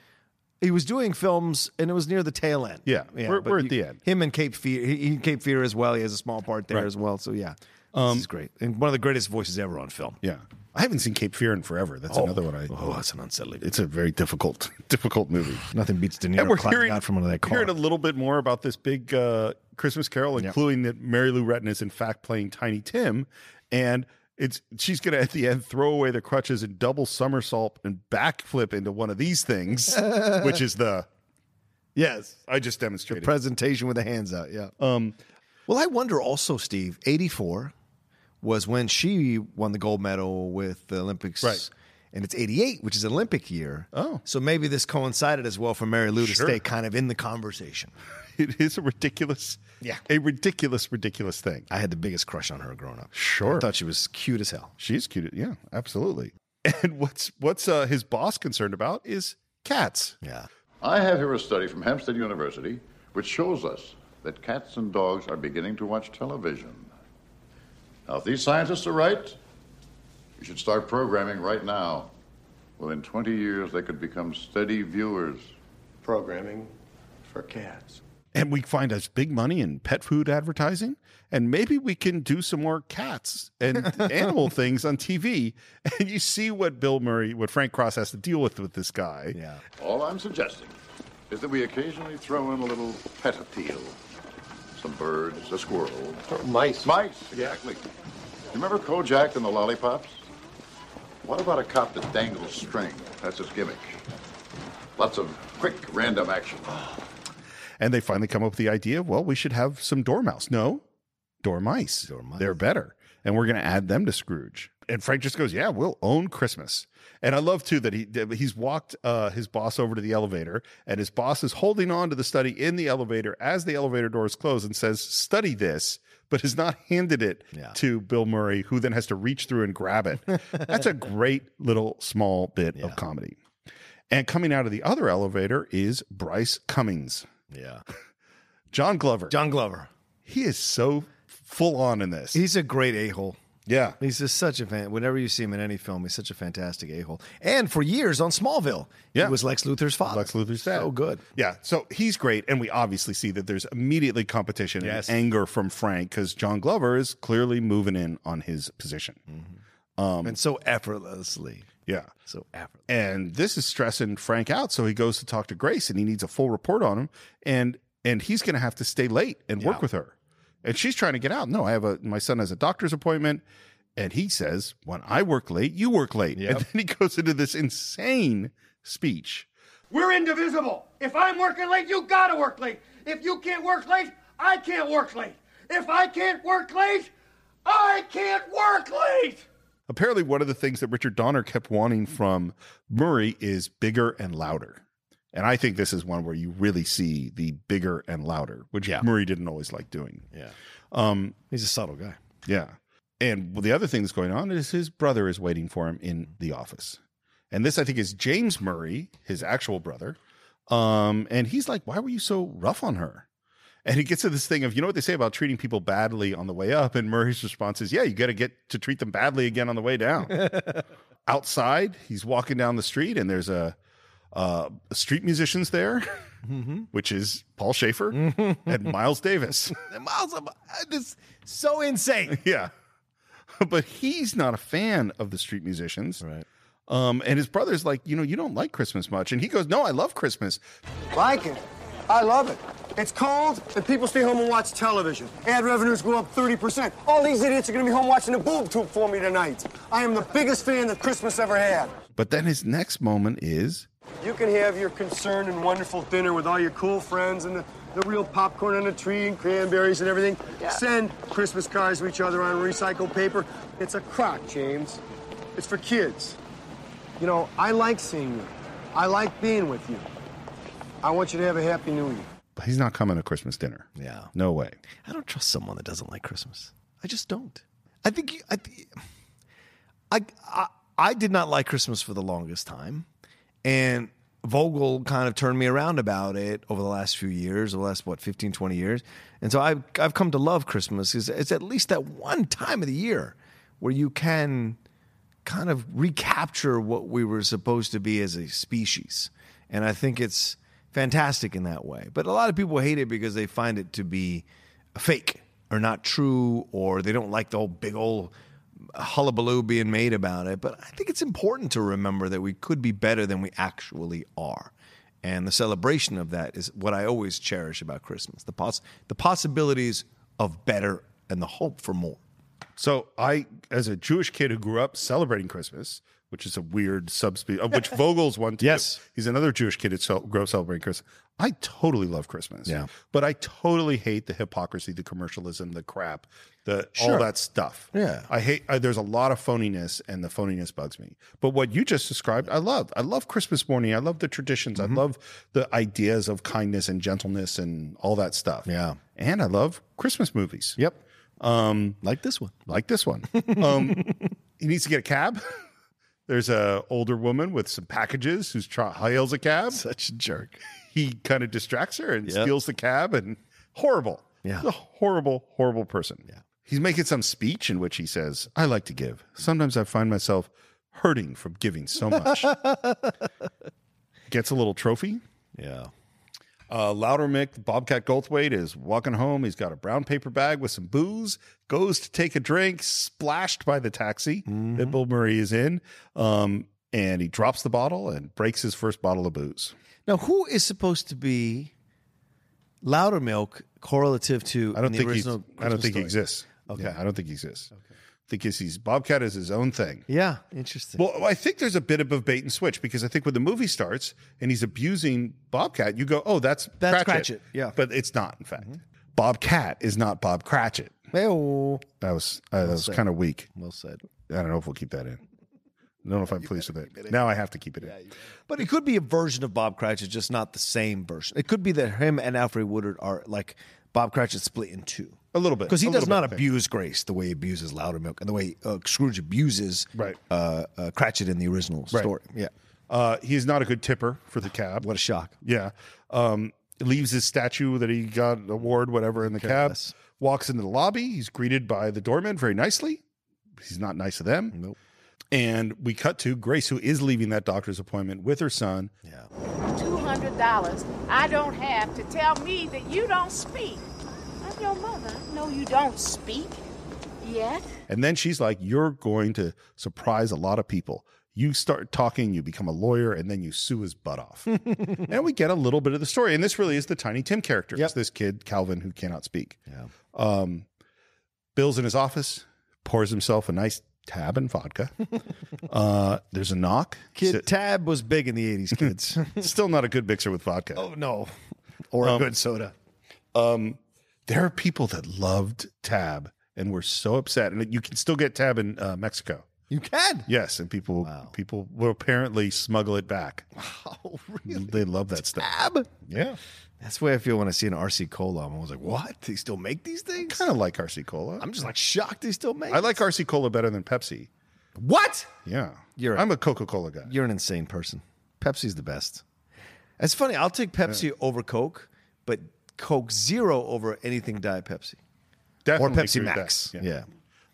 S1: he was doing films and it was near the tail end.
S2: Yeah, we're-
S1: but
S2: we're at
S1: you-
S2: the end.
S1: Him and Cape Fear he, he Cape Fear as well. He has a small part there
S2: Right. Um,
S1: as well. So yeah. this is great. And one of the greatest voices ever on film.
S2: Yeah. I haven't seen Cape Fear in forever. That's another one I.
S1: Oh, that's an unsettling.
S2: It's a very difficult, difficult movie.
S1: Nothing beats De
S2: And
S1: Niro
S2: we're
S1: climbing
S2: hearing,
S1: out from under that car.
S2: hearing a little bit more about this big uh, Christmas Carol, including that Mary Lou Retton is in fact playing Tiny Tim, and it's she's gonna at the end throw away the crutches and double somersault and backflip into one of these things, which is the yes I just demonstrated.
S1: presentation with the hands out. Yeah.
S2: um,
S1: Well, I wonder also, Steve, 84 was when she won the gold medal with the Olympics.
S2: Right.
S1: And it's 88, which is Olympic year.
S2: Oh.
S1: So maybe this coincided as well for Mary Lou
S2: Sure.
S1: to stay kind of in the conversation.
S2: it is a ridiculous,
S1: Yeah.
S2: a ridiculous, ridiculous thing.
S1: I had the biggest crush on her growing up.
S2: Sure.
S1: I thought she was cute as hell.
S2: She's cute, yeah, absolutely. And what's what's uh, his boss concerned about is cats.
S1: Yeah.
S11: I have here a study from Hampstead University which shows us that cats and dogs are beginning to watch television. Now, if these scientists are right, you should start programming right now. Within 20 years, they could become steady viewers.
S3: Programming for cats.
S2: and we find us big money in pet food advertising and maybe we can do some more cats and animal things on tv and you see what bill murray what frank cross has to deal with with this guy
S1: Yeah.
S11: All I'm suggesting is that we occasionally throw in a little pet appeal. Some birds, a squirrel,
S3: Mice.
S11: mice, exactly. You remember Kojak and the lollipops? What about a cop that dangles string? That's his gimmick. Lots of quick, random action.
S2: and they finally come up with the idea well we should have some dormouse no dormice,
S1: Dormice.
S2: they're better and we're going to add them to scrooge and frank just goes yeah we'll own christmas and i love too that he that he's walked uh, his boss over to the elevator and his boss is holding on to the study in the elevator as the elevator doors close and says study this but has not handed it
S1: Yeah.
S2: to bill murray who then has to reach through and grab it that's a great little small bit of comedy and coming out of the other elevator is bryce cummings
S1: Yeah.
S2: John Glover.
S1: John Glover.
S2: He is so full on in this.
S1: He's a great a hole.
S2: yeah.
S1: He's just such a fan. Whenever you see him in any film, he's such a fantastic a hole. And for years on Smallville,
S2: Yeah.
S1: he was Lex Luthor's father.
S2: Lex Luthor's dad.
S1: So good.
S2: Yeah. So he's great. And we obviously see that there's immediately competition
S1: Yes.
S2: and anger from Frank because John Glover is clearly moving in on his position.
S1: Mm-hmm. and so effortlessly.
S2: Yeah.
S1: So effortless.
S2: And this is stressing Frank out. So he goes to talk to Grace and he needs a full report on him. And and he's gonna have to stay late and work
S1: Yeah.
S2: with her. And she's trying to get out. No, I have a my son has a doctor's appointment. And he says, When I work late, you work late. And then he goes into this insane speech.
S3: We're indivisible. If I'm working late, you gotta work late. If you can't work late, I can't work late. If I can't work late, I can't work late.
S2: apparently one of the things that Richard Donner kept wanting from Murray is bigger and louder. And I think this is one where you really see the bigger and louder, which Murray didn't always like doing.
S1: Yeah.
S2: Um,
S1: He's a subtle guy.
S2: yeah. And the other thing that's going on is his brother is waiting for him in the office. And this, I think, is James Murray, his actual brother. Um, and he's like, Why were you so rough on her? And he gets to this thing of, you know what they say about treating people badly on the way up? And Murray's response is, Yeah, you got to get to treat them badly again on the way down. Outside, he's walking down the street and there's a, uh, street musicians there, which is Paul Schaefer and Miles Davis.
S1: Miles, I'm- I just so insane.
S2: Yeah. But he's not a fan of the street musicians.
S1: Right.
S2: Um, and his brother's like, you know, you don't like Christmas much. And he goes, no, I love Christmas.
S3: Like it. I love it. It's cold, and people stay home and watch television. Ad revenues go up 30%. All these idiots are gonna be home watching a boob tube for me tonight. I am the biggest fan that Christmas ever had.
S2: But then his next moment is
S3: You can have your concerned and wonderful dinner with all your cool friends and the, the real popcorn on the tree and cranberries and everything. Send Christmas cards to each other on recycled paper. It's a crock, James. It's for kids. You know, I like seeing you. I like being with you. I want you to have a happy new year.
S2: But he's not coming to Christmas dinner.
S1: Yeah.
S2: No way.
S1: I don't trust someone that doesn't like Christmas. I just don't. I think you, I, th- I, I, I did not like Christmas for the longest time, and Vogel kind of turned me around about it over the last few years, over the last what 15, 20 years, and so I've I've come to love Christmas. It's, it's at least that one time of the year where you can kind of recapture what we were supposed to be as a species, and I think it's fantastic in that way. But a lot of people hate it because they find it to be fake or not true, or they don't like the whole big old hullabaloo being made about it. But I think it's important to remember that we could be better than we actually are. And the celebration of that is what I always cherish about Christmas the, poss- the possibilities of better and the hope for more.
S2: So I, as a Jewish kid who grew up celebrating Christmas, which is a weird subspecies, of which Vogel's one too. Yes, he's another Jewish kid who cel- grew up celebrating Christmas. I totally love Christmas.
S1: Yeah.
S2: but I totally hate the hypocrisy, the commercialism, the crap, the all
S1: Sure.
S2: that stuff.
S1: Yeah.
S2: I hate. I, there's a lot of phoniness, and the phoniness bugs me. But what you just described, I love. I love Christmas morning. I love the traditions.
S1: Mm-hmm.
S2: I love the ideas of kindness and gentleness and all that stuff.
S1: Yeah.
S2: and I love Christmas movies.
S1: Yep.
S2: Um,
S1: Like this one.
S2: like this one. Um, he needs to get a cab. There's a older woman with some packages who's try- hails a cab.
S1: Such a jerk.
S2: He kind of distracts her and
S1: Yep.
S2: steals the cab and horrible.
S1: Yeah.
S2: He's a horrible, horrible person. Yeah. He's making some speech in which he says, I like to give. Sometimes I find myself hurting from giving so much. Gets a little trophy.
S1: Yeah.
S2: Uh, Louder Mick, Bobcat Goldthwait, is walking home. He's got a brown paper bag with some booze, goes to take a drink, splashed by the taxi
S1: Mm-hmm.
S2: that Bill Murray is in. Um, and he drops the bottle and breaks his first bottle of booze.
S1: Now, who is supposed to be louder milk correlative to
S2: I don't
S1: in the
S2: think he's,
S1: original
S2: I don't
S1: Christmas
S2: think he
S1: story?
S2: exists.
S1: Okay.
S2: Yeah, I don't think he exists. Okay. I think he's, he's Bobcat is his own thing.
S1: Yeah, interesting.
S2: Well, I think there's a bit of a bait and switch because I think when the movie starts and he's abusing Bobcat, you go, "Oh, that's
S1: That's
S2: Cratchit.
S1: Cratchit, yeah. Mm-hmm.
S2: but it's not. In fact, Bobcat is not Bob Cratchit.
S1: Well,
S2: That was uh, that was kind of weak.
S1: well said.
S2: I don't know if we'll keep that in. I don't know if I'm pleased with it. Now I have to keep it in.
S1: But it could be a version of Bob Cratchit, just not the same version. It could be that him and Alfred Woodard are like Bob Cratchit split in two.
S2: A little bit.
S1: Because he
S2: A
S1: does
S2: little bit,
S1: not
S2: I think.
S1: abuse Grace the way he abuses Loudermilk and the way uh, Scrooge abuses
S2: Right.
S1: uh, uh, Cratchit in the original story. Yeah.
S2: Uh, he's not a good tipper for the cab.
S1: What a shock.
S2: Yeah. Um, leaves his statue that he got an award, whatever, in the cab.
S1: Careless.
S2: Walks into the lobby. He's greeted by the doorman very nicely. He's not nice to them.
S1: Nope.
S2: And we cut to Grace, who is leaving that doctor's appointment with her son.
S12: $200 I don't have to tell me that you don't speak. I'm your mother. No, you don't speak. Yet.
S2: And then she's like, You're going to surprise a lot of people. You start talking, you become a lawyer, and then you sue his butt off. and we get a little bit of the story. And this really is the Tiny Tim character. It's this kid, Calvin, who cannot speak.
S1: Yeah.
S2: Um, Bill's in his office, pours himself a nice tab and vodka. uh, there's a knock.
S1: Kid
S2: S-
S1: Tab was big in the 80s, kids.
S2: Still not a good mixer with vodka.
S1: oh, no. Or a good soda.
S2: Um, there are people that loved tab and were so upset. And you can still get tab in uh, Mexico.
S1: You can.
S2: Yes, and people
S1: Wow.
S2: people will apparently smuggle it back.
S1: Oh,
S2: They love that stuff.
S1: Tab?
S2: Yeah,
S1: That's the way I feel when I see an RC Cola. I'm always like, what? They still make these things?
S2: kind of like RC Cola.
S1: I'm just like shocked they still make
S2: I like RC Cola better than Pepsi.
S1: What?
S2: Yeah,
S1: You're-
S2: I'm a Coca Cola guy.
S1: You're an insane person. Pepsi's the best. It's funny. I'll take Pepsi over Coke, but Coke Zero over anything Diet Pepsi
S2: Definitely
S1: or Pepsi
S2: agree with
S1: Max.
S2: that.
S1: Yeah.
S2: Yeah.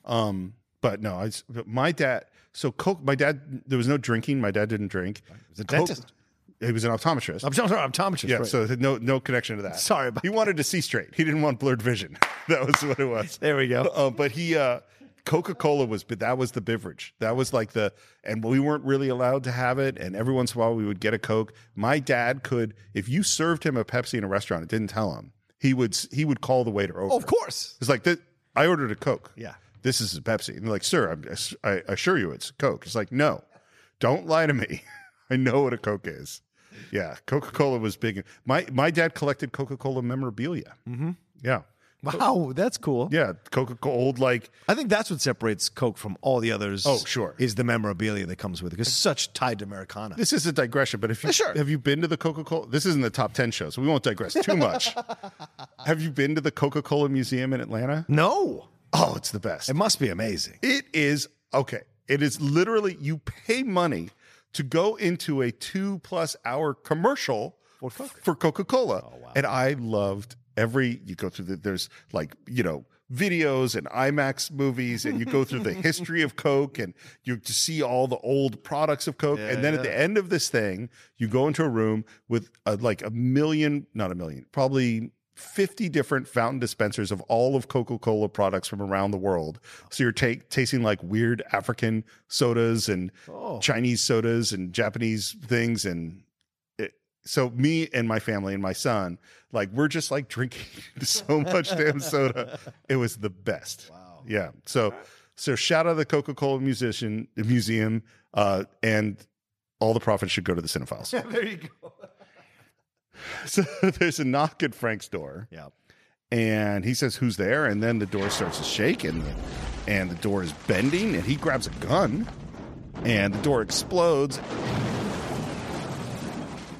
S2: Um, but no, I s- but my dad. So Coke. My dad. There was no drinking. My dad didn't drink. He was
S1: a dentist.
S2: He was an optometrist.
S1: I'm sorry, optometrist.
S2: yeah,
S1: right.
S2: so no no connection to that.
S1: Sorry about
S2: He wanted to see straight. He didn't want blurred vision. that was what it was.
S1: There we go.
S2: Uh, but he uh Coca Cola was, but that was the beverage. That was like the, and we weren't really allowed to have it. And every once in a while, we would get a Coke. My dad could, if you served him a Pepsi in a restaurant, it didn't tell him. He would s- he would call the waiter over.
S1: Oh, of course.
S2: It's like, "Th- I ordered a Coke.
S1: Yeah.
S2: This is a Pepsi. And they're like, sir, I'm, I assure you it's Coke. It's like, no, don't lie to me. I know what a Coke is. Yeah. Coca Cola was big. My, my dad collected Coca Cola memorabilia. Mm-hmm. Yeah.
S1: Wow, that's cool.
S2: Yeah, Coca Cola old like.
S1: I think that's what separates Coke from all the others.
S2: Oh, sure.
S1: is the memorabilia that comes with it because it's such tied to Americana.
S2: This is a digression, but if you
S1: Sure.
S2: have you been to the Coca Cola, this isn't the top ten show, so we won't digress too much. have you been to the Coca Cola Museum in Atlanta?
S1: No,
S2: Oh, it's the best.
S1: it must be amazing.
S2: It is okay. It is literally you pay money to go into a two plus hour commercial for Coca Cola, and I loved every. You go through the there's like you know videos and IMAX movies, and you go through the history of Coke, and you to see all the old products of Coke, and then at the end of this thing, you go into a room with uh like a million, not a million, probably 50 different fountain dispensers of all of Coca-Cola products from around the world. So you're ta- tasting like weird African sodas and Chinese sodas and Japanese things and it, so me and my family and my son, like we're just like drinking so much damn soda. It was the best. Wow. Yeah. So so shout out the Coca-Cola musician museum uh and all the profits should go to the cinephiles.
S1: there you go.
S2: So there's a knock at Frank's door.
S1: Yeah.
S2: And he says, Who's there? And then the door starts to shake and and the door is bending and he grabs a gun and the door explodes.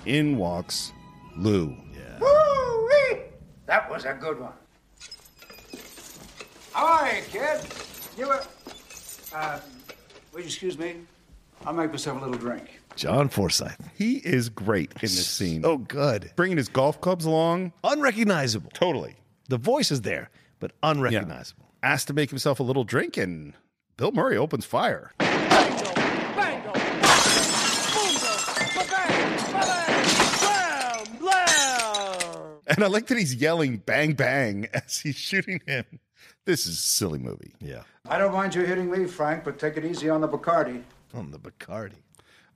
S2: In walks Lou.
S13: Woo-wee! That was a good one. All right, kid. You were. Uh, will you excuse me? I'll make myself a little drink.
S1: John Forsythe,
S2: He is great in this scene.
S1: so good,
S2: Bringing his golf clubs along.
S1: unrecognizable.
S2: Totally.
S1: The voice is there, but unrecognizable.
S2: Asked to make himself a little drink and Bill Murray opens fire.
S10: Bango, bango, bungo, ba-bang, ba-bang, blam, blam.
S2: And I like that he's yelling bang bang as he's shooting him. This is a silly movie.
S1: Yeah,
S13: I don't mind you hitting me, Frank, but take it easy on the Bacardi.
S1: on the Bacardi.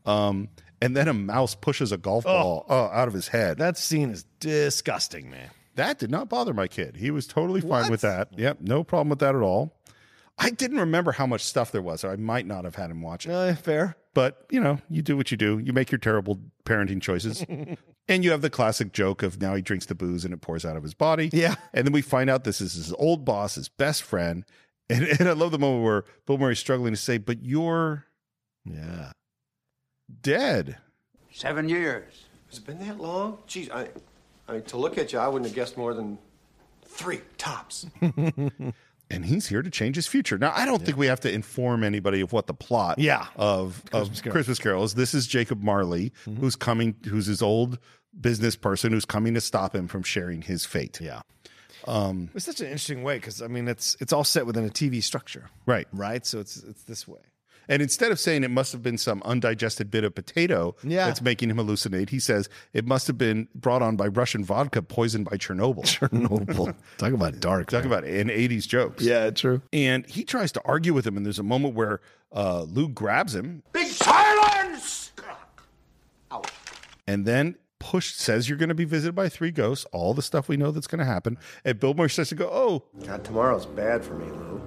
S2: Um, and then a mouse pushes a golf ball uh, out of his head. That,
S1: That scene is disgusting, man.
S2: that did not bother my kid. He was totally fine with that. Yep, no problem with that at all. I didn't remember how much stuff there was, so I might not have had him watch it.
S1: Uh, fair.
S2: But you know, you do what you do. You make your terrible parenting choices, and you have the classic joke of now he drinks the booze and it pours out of his body.
S1: Yeah.
S2: and then we find out this is his old boss, his best friend, and, and I love the moment where Bill Murray's struggling to say, "But you're
S1: Yeah.
S2: dead."
S13: Seven years.
S3: Has it been that long? Geez, I, I mean, to look at you, I wouldn't have guessed more than three tops.
S2: and he's here to change his future. Now, I don't think we have to inform anybody of what the plot
S1: Yeah.
S2: of, of
S1: Carol. Mm-hmm.
S2: Christmas Carol is. This is Jacob Marley, who's coming, who's his old business person who's coming to stop him from sharing his fate.
S1: Yeah. Um, it's such an interesting way because I mean it's it's all set within a TV structure,
S2: Right.
S1: right? So it's it's this way.
S2: And instead of saying it must have been some undigested bit of potato
S1: Yeah.
S2: that's making him hallucinate, he says it must have been brought on by Russian vodka poisoned by Chernobyl.
S1: Chernobyl. Talk about dark.
S2: Talk about an 80s jokes.
S1: yeah, true.
S2: And he tries to argue with him, and there's a moment where uh, Lou grabs him
S13: Big silence!
S2: and then push says you're going to be visited by three ghosts all the stuff we know that's going to happen and bill murray starts to go oh
S3: God, tomorrow's bad for me, Lou.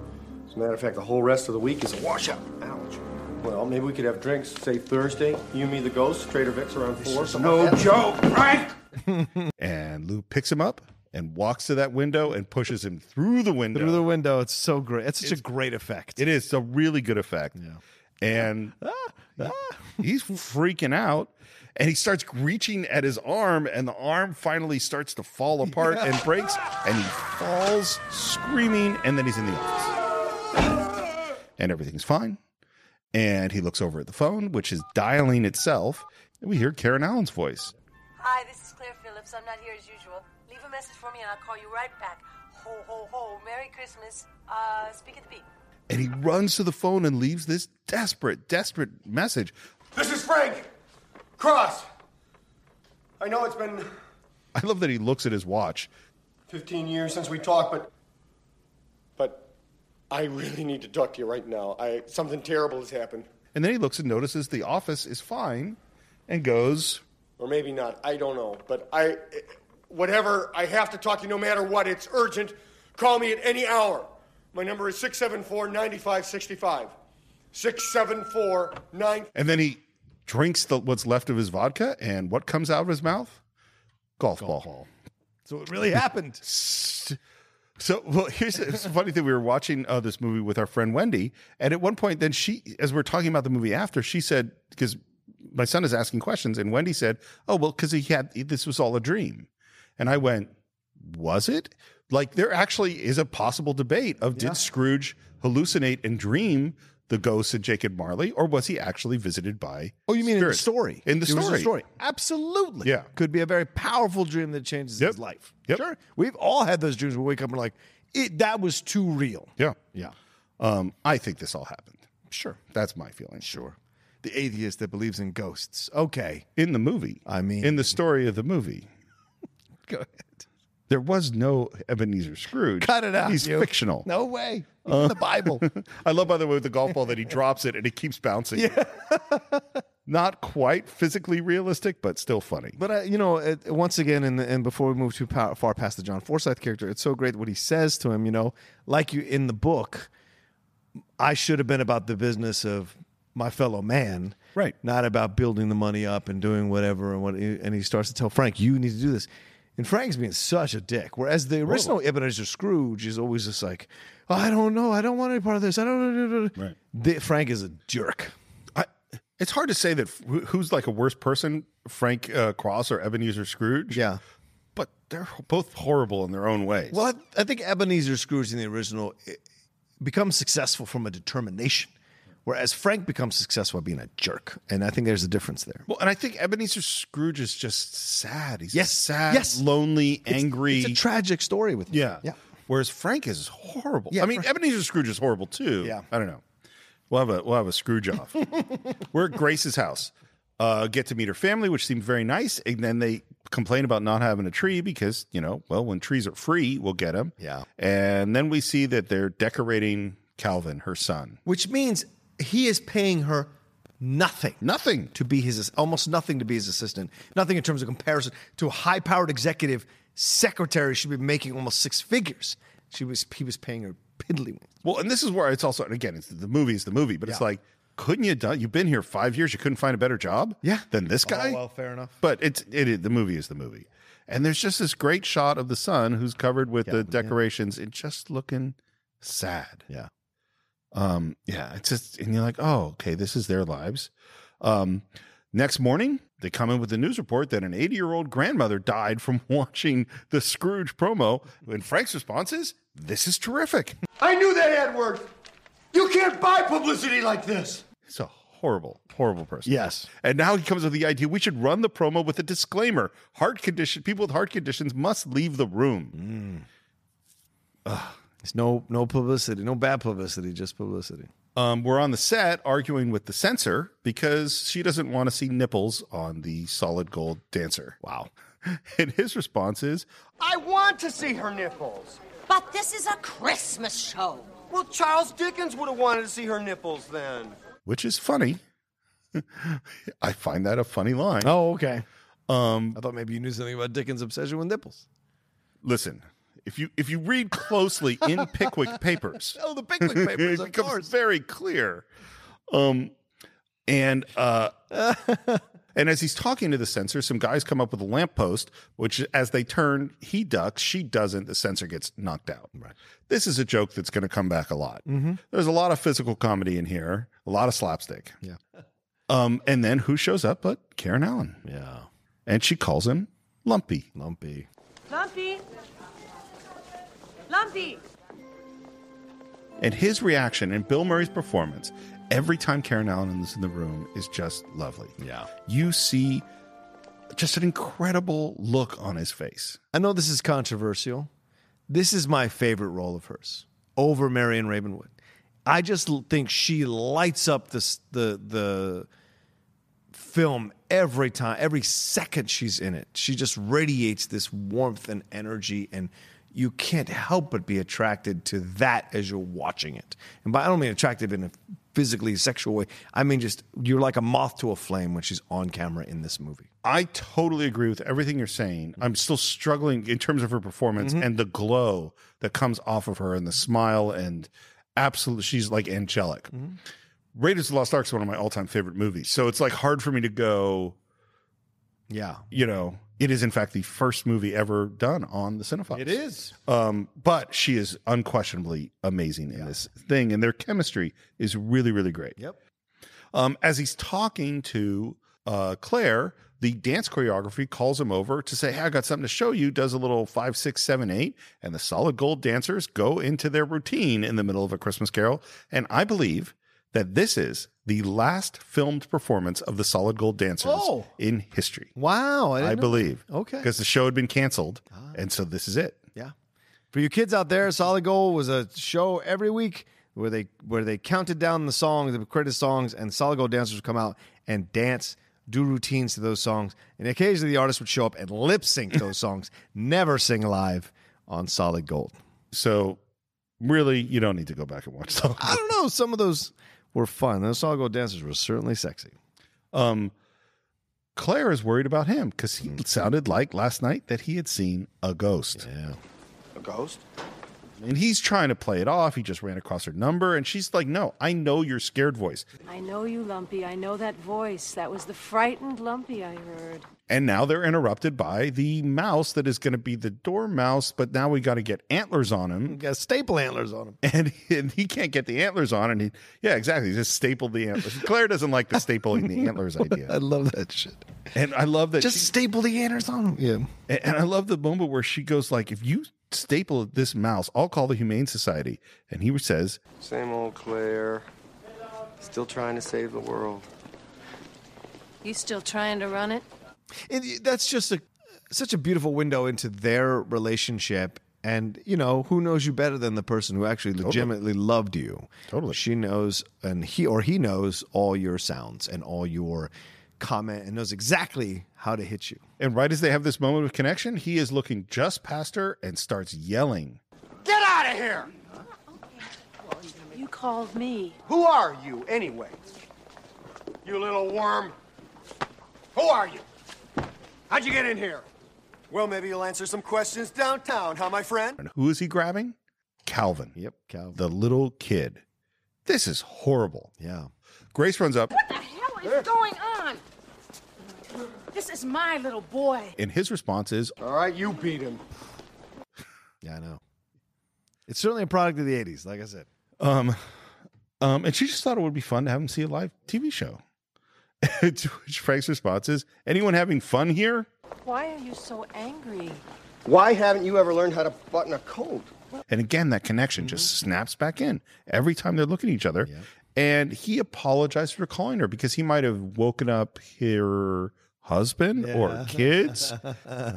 S3: As a matter of fact, the whole rest of the week is a washout. Ouch. Well, maybe we could have drinks, say Thursday. You, me, the ghost, Trader Vic's around four. something
S13: No
S3: like that.
S13: joke, Frank!
S2: and lou picks him up and walks to that window and pushes him through the window
S1: Through the window, it's so great. It's such a great effect.
S2: it is a really good effect and
S1: Ah,
S2: Ah, he's freaking out and he starts reaching at his arm and the arm finally starts to fall apart and breaks and he falls screaming and then he's in the office and everything's fine and he looks over at the phone which is dialing itself and we hear karen allen's voice
S4: Hi, this is Claire Phillips. I'm not here as usual. Leave a message for me and I'll call you right back. Ho, ho, ho. Merry Christmas. Uh, speak at the beat.
S2: and he runs to the phone and leaves this desperate desperate message
S3: This is Frank! Cross! I know it's been
S2: i love that he looks at his watch
S3: 15 years since we talked, but. But I really need to talk to you right now. I Something terrible has happened.
S2: and then he looks and notices the office is fine and goes
S3: Or maybe not. I don't know. But I. Whatever, I have to talk to you no matter what. It's urgent. Call me at any hour. My number is 674 9565. 674
S2: And then he drinks the what's left of his vodka, and what comes out of his mouth? Golf ball.
S1: So it really happened.
S2: So, well, here's it's a funny thing. We were watching uh, this movie with our friend Wendy, and at one point, then she, as we are talking about the movie after, she said, because my son is asking questions, and Wendy said, "Oh, well, because he had this was all a dream," and I went, "Was it?" Like there actually is a possible debate of did Scrooge hallucinate and dream the ghosts of Jacob Marley, or was he actually visited by?
S1: Oh, you mean in the
S2: spirits?
S1: story?
S2: In the
S1: It was a
S2: story,
S1: story. Absolutely.
S2: Yeah.
S1: Could be a very powerful dream that changes his life. Sure. We've all had those dreams where we wake up and we're like, it, that was too real.
S2: Yeah.
S1: Yeah.
S2: Um, I think this all happened.
S1: Sure.
S2: That's my feeling.
S14: Sure. The atheist that believes in ghosts. Okay.
S2: In the movie.
S14: I mean,
S2: In the story of the movie,
S1: Go ahead.
S2: there was no Ebenezer Scrooge.
S1: Cut it out.
S2: He's
S1: you.
S2: fictional.
S1: No way. He's in the Bible.
S2: I love, by the way, with the golf ball that he drops it and it keeps bouncing. Not quite physically realistic, but still funny.
S14: But uh, you know, it, once again, and and before we move too pow- far past the John Forsyth character, it's so great what he says to him. You know,
S1: like you in the book, I should have been about the business of my fellow man,
S2: right?
S1: Not about building the money up and doing whatever and what. And he starts to tell Frank, "You need to do this." And Frank's being such a dick. Whereas the original Ebenezer Scrooge is always just like, "Oh, "I don't know, I don't want any part of this. I don't." Right. The, Frank is a jerk.
S2: I, it's hard to say that wh- who's like a worse person, Frank uh, Cross or Ebenezer Scrooge.
S1: Yeah.
S2: But they're both horrible in their own ways.
S1: Well, I, I think Ebenezer Scrooge in the original eh, becomes successful from a determination, whereas Frank becomes successful by being a jerk. And I think there's a difference there.
S2: Well, and I think Ebenezer Scrooge is just sad. He's
S1: Yes,
S2: sad,
S1: yes.
S2: lonely,
S1: It's-
S2: angry.
S1: It's, a tragic story with him.
S2: yeah.
S1: Yeah.
S2: Whereas Frank is horrible.
S1: Yeah,
S2: I mean, Ebenezer Scrooge is horrible too.
S1: Yeah.
S2: I don't know. We'll have a we'll have a Scrooge off. We're at Grace's house. Uh, get to meet her family, which seems very nice. And then they complain about not having a tree because you know, well, when trees are free, we'll get them.
S1: Yeah.
S2: And then we see that they're decorating Calvin, her son.
S1: Which means he is paying her nothing.
S2: Nothing.
S1: To be his almost nothing to be his assistant. Nothing in terms of comparison to a high powered executive secretary should be making almost six figures. She was he was paying her piddly.
S2: Well, and this is where it's also, and again, it's the movie is the movie, but it's
S1: Yeah.
S2: like, couldn't you done? You've been here five years. You couldn't find a better job,
S1: Yeah. Oh,
S2: than this guy.
S1: well, fair enough.
S2: But it's it, is- the movie is the movie, and there's just this great shot of the sun who's covered with the decorations and just looking sad.
S1: Yeah.
S2: Um. Yeah. It's just, and you're like, oh, okay, this is their lives. Um. Next morning, they come in with the news report that an 80 year old grandmother died from watching the Scrooge promo. And Frank's response is, "This is terrific."
S3: I knew that ad worked. You can't buy publicity like this.
S2: He's a horrible, horrible person.
S1: Yes.
S2: And now he comes with the idea we should run the promo with a disclaimer. Heart condition people with heart conditions must leave the room.
S1: It's no no publicity, no bad publicity, just publicity.
S2: Um, we're on the set arguing with the censor because she doesn't want to see nipples on the solid gold dancer. Wow. And his response is,
S3: I want to see her nipples.
S4: But this is a Christmas show.
S3: Well, Charles Dickens would have wanted to see her nipples then.
S2: which is funny. I find that a funny line.
S1: Oh, okay.
S2: Um,
S1: I thought maybe you knew something about Dickens' obsession with nipples.
S2: listen, if you if you read closely in Pickwick Papers,
S1: Oh, the Pickwick Papers,
S2: it
S1: of
S2: becomes
S1: course.
S2: very clear. Um, and uh, and as he's talking to the censor, some guys come up with a lamppost, which as they turn, he ducks, she doesn't. The censor gets knocked out. Right. This is a joke that's going to come back a lot. There's a lot of physical comedy in here, a lot of slapstick.
S1: Yeah.
S2: Um, and then who shows up but Karen Allen,
S1: Yeah.
S2: and she calls him lumpy.
S1: Lumpy.
S4: Lumpy. Lumpy.
S2: And his reaction and Bill Murray's performance every time Karen Allen is in the room is just lovely.
S1: Yeah.
S2: You see just an incredible look on his face.
S1: I know this is controversial. This is my favorite role of hers over Marion Ravenwood. I just l- think she lights up this the the film every time, every second she's in it. She just radiates this warmth and energy and you can't help but be attracted to that as you're watching it. And by I don't mean attractive in a physically sexual way. I mean just you're like a moth to a flame when she's on camera in this movie.
S2: I totally agree with everything you're saying. I'm still struggling in terms of her performance
S1: Mm-hmm.
S2: and the glow that comes off of her and the smile and absolutely she's like angelic.
S1: Mm-hmm.
S2: Raiders of the Lost Ark is one of my all-time favorite movies. So it's like hard for me to go
S1: Yeah.
S2: you know, it is in fact the first movie ever done on the Cinephiles.
S1: It is.
S2: Um, but she is unquestionably amazing in this thing, and their chemistry is really, really great.
S1: Yep.
S2: Um, as he's talking to uh, Claire, the dance choreography calls him over to say, Hey, I got something to show you. Does a little five, six, seven, eight. And the solid gold dancers go into their routine in the middle of a Christmas carol. And I believe that this is the last filmed performance of the solid gold dancers
S1: Oh.
S2: in history.
S1: Wow.
S2: I,
S1: didn't know
S2: believe.
S1: that. Okay. Ah.
S2: Because the show had been canceled. And so this is it.
S1: Yeah. For you kids out there, Solid Gold was a show every week where they where they counted down the songs, the credited songs, and Solid Gold dancers would come out and dance, do routines to those songs, and occasionally the artist would show up and lip sync those songs. Never sing live on Solid Gold.
S2: So really, you don't need to go back and watch that.
S1: I don't know. Some of those were fun. Those Solid Gold dancers were certainly sexy.
S2: Um, Claire is worried about him because he
S1: Mm-hmm.
S2: sounded like last night that he had seen a ghost.
S1: Yeah.
S3: A ghost?
S2: And he's trying to play it off. He just ran across her number and she's like, No, I know your scared voice.
S4: I know you, Lumpy. I know that voice. That was the frightened Lumpy I heard.
S2: And now they're interrupted by the mouse that is going to be the door mouse, but now we got to get antlers on him.
S1: Got staple antlers on him.
S2: and he, and he can't get the antlers on. And he, yeah, exactly. He just stapled the antlers. Claire doesn't like the stapling the antlers idea.
S1: I love that shit.
S2: And I love that.
S1: Just
S2: she-
S1: staple the antlers on him. Yeah.
S2: and and I love the moment where she goes like, if you staple this mouse, I'll call the Humane Society. And he says,
S3: Same old Claire. Still trying to save the world.
S4: You still trying to run it?
S1: And y- that's just a such a beautiful window into their relationship. And you know, who knows you better than the person who actually legitimately loved you? Totally. She knows, and he or he knows all your sounds and all your comment, and knows exactly how to hit you.
S2: and right as they have this moment of connection, he is looking just past her and starts yelling.
S3: Get out of here!
S4: You called me.
S3: Who are you, anyway? You little worm. Who are you? How'd you get in here? Well, maybe you'll answer some questions downtown, huh, my friend?
S2: And who is he grabbing? Calvin.
S1: Yep, Calvin.
S2: The little kid. This is horrible.
S1: Yeah.
S2: Grace runs up.
S12: What the hell is going on? This is my little boy.
S2: And his response is,
S3: All right, you beat him.
S1: Yeah, I know. It's certainly a product of the '80s, like I said.
S2: Um, um, and she just thought it would be fun to have him see a live TV show. to which Frank's response is, "Anyone having fun here?"
S4: Why are you so angry?
S3: Why haven't you ever learned how to button a coat?
S2: And again, that connection just snaps back in every time they're looking at each other. And he apologized for calling her because he might have woken up her husband or
S1: Yeah.
S2: kids.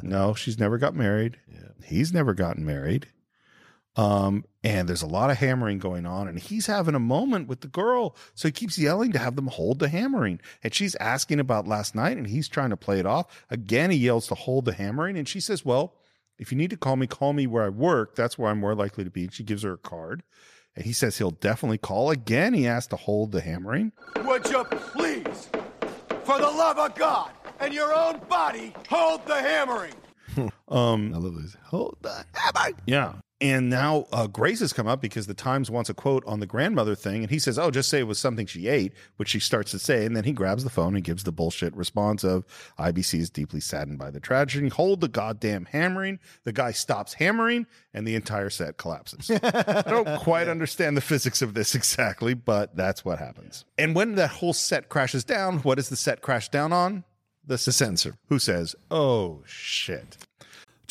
S2: no, she's never got married. He's never gotten married. Um, and there's a lot of hammering going on, and he's having a moment with the girl. So he keeps yelling to have them hold the hammering. And she's asking about last night, and he's trying to play it off. Again, he yells to hold the hammering, and she says, Well, if you need to call me, call me where I work. That's where I'm more likely to be. And she gives her a card. And he says he'll definitely call. Again, he asks to hold the hammering.
S3: Would you please, for the love of God and your own body, hold the hammering?
S2: Um,
S1: I love this. Hold the hammer.
S2: yeah. And now uh, Grace has come up because the Times wants a quote on the grandmother thing. And he says, Oh, just say it was something she ate, which she starts to say. And then he grabs the phone and gives the bullshit response of IBC is deeply saddened by the tragedy. Hold the goddamn hammering. The guy stops hammering, and the entire set collapses. I don't quite understand the physics of this exactly, but that's what happens. And when that whole set crashes down, what does the set crash down on? The
S1: censor.
S2: Who says, Oh, shit.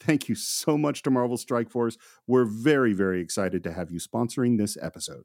S15: thank you so much to Marvel Strike Force. We're very, very excited to have you sponsoring this episode.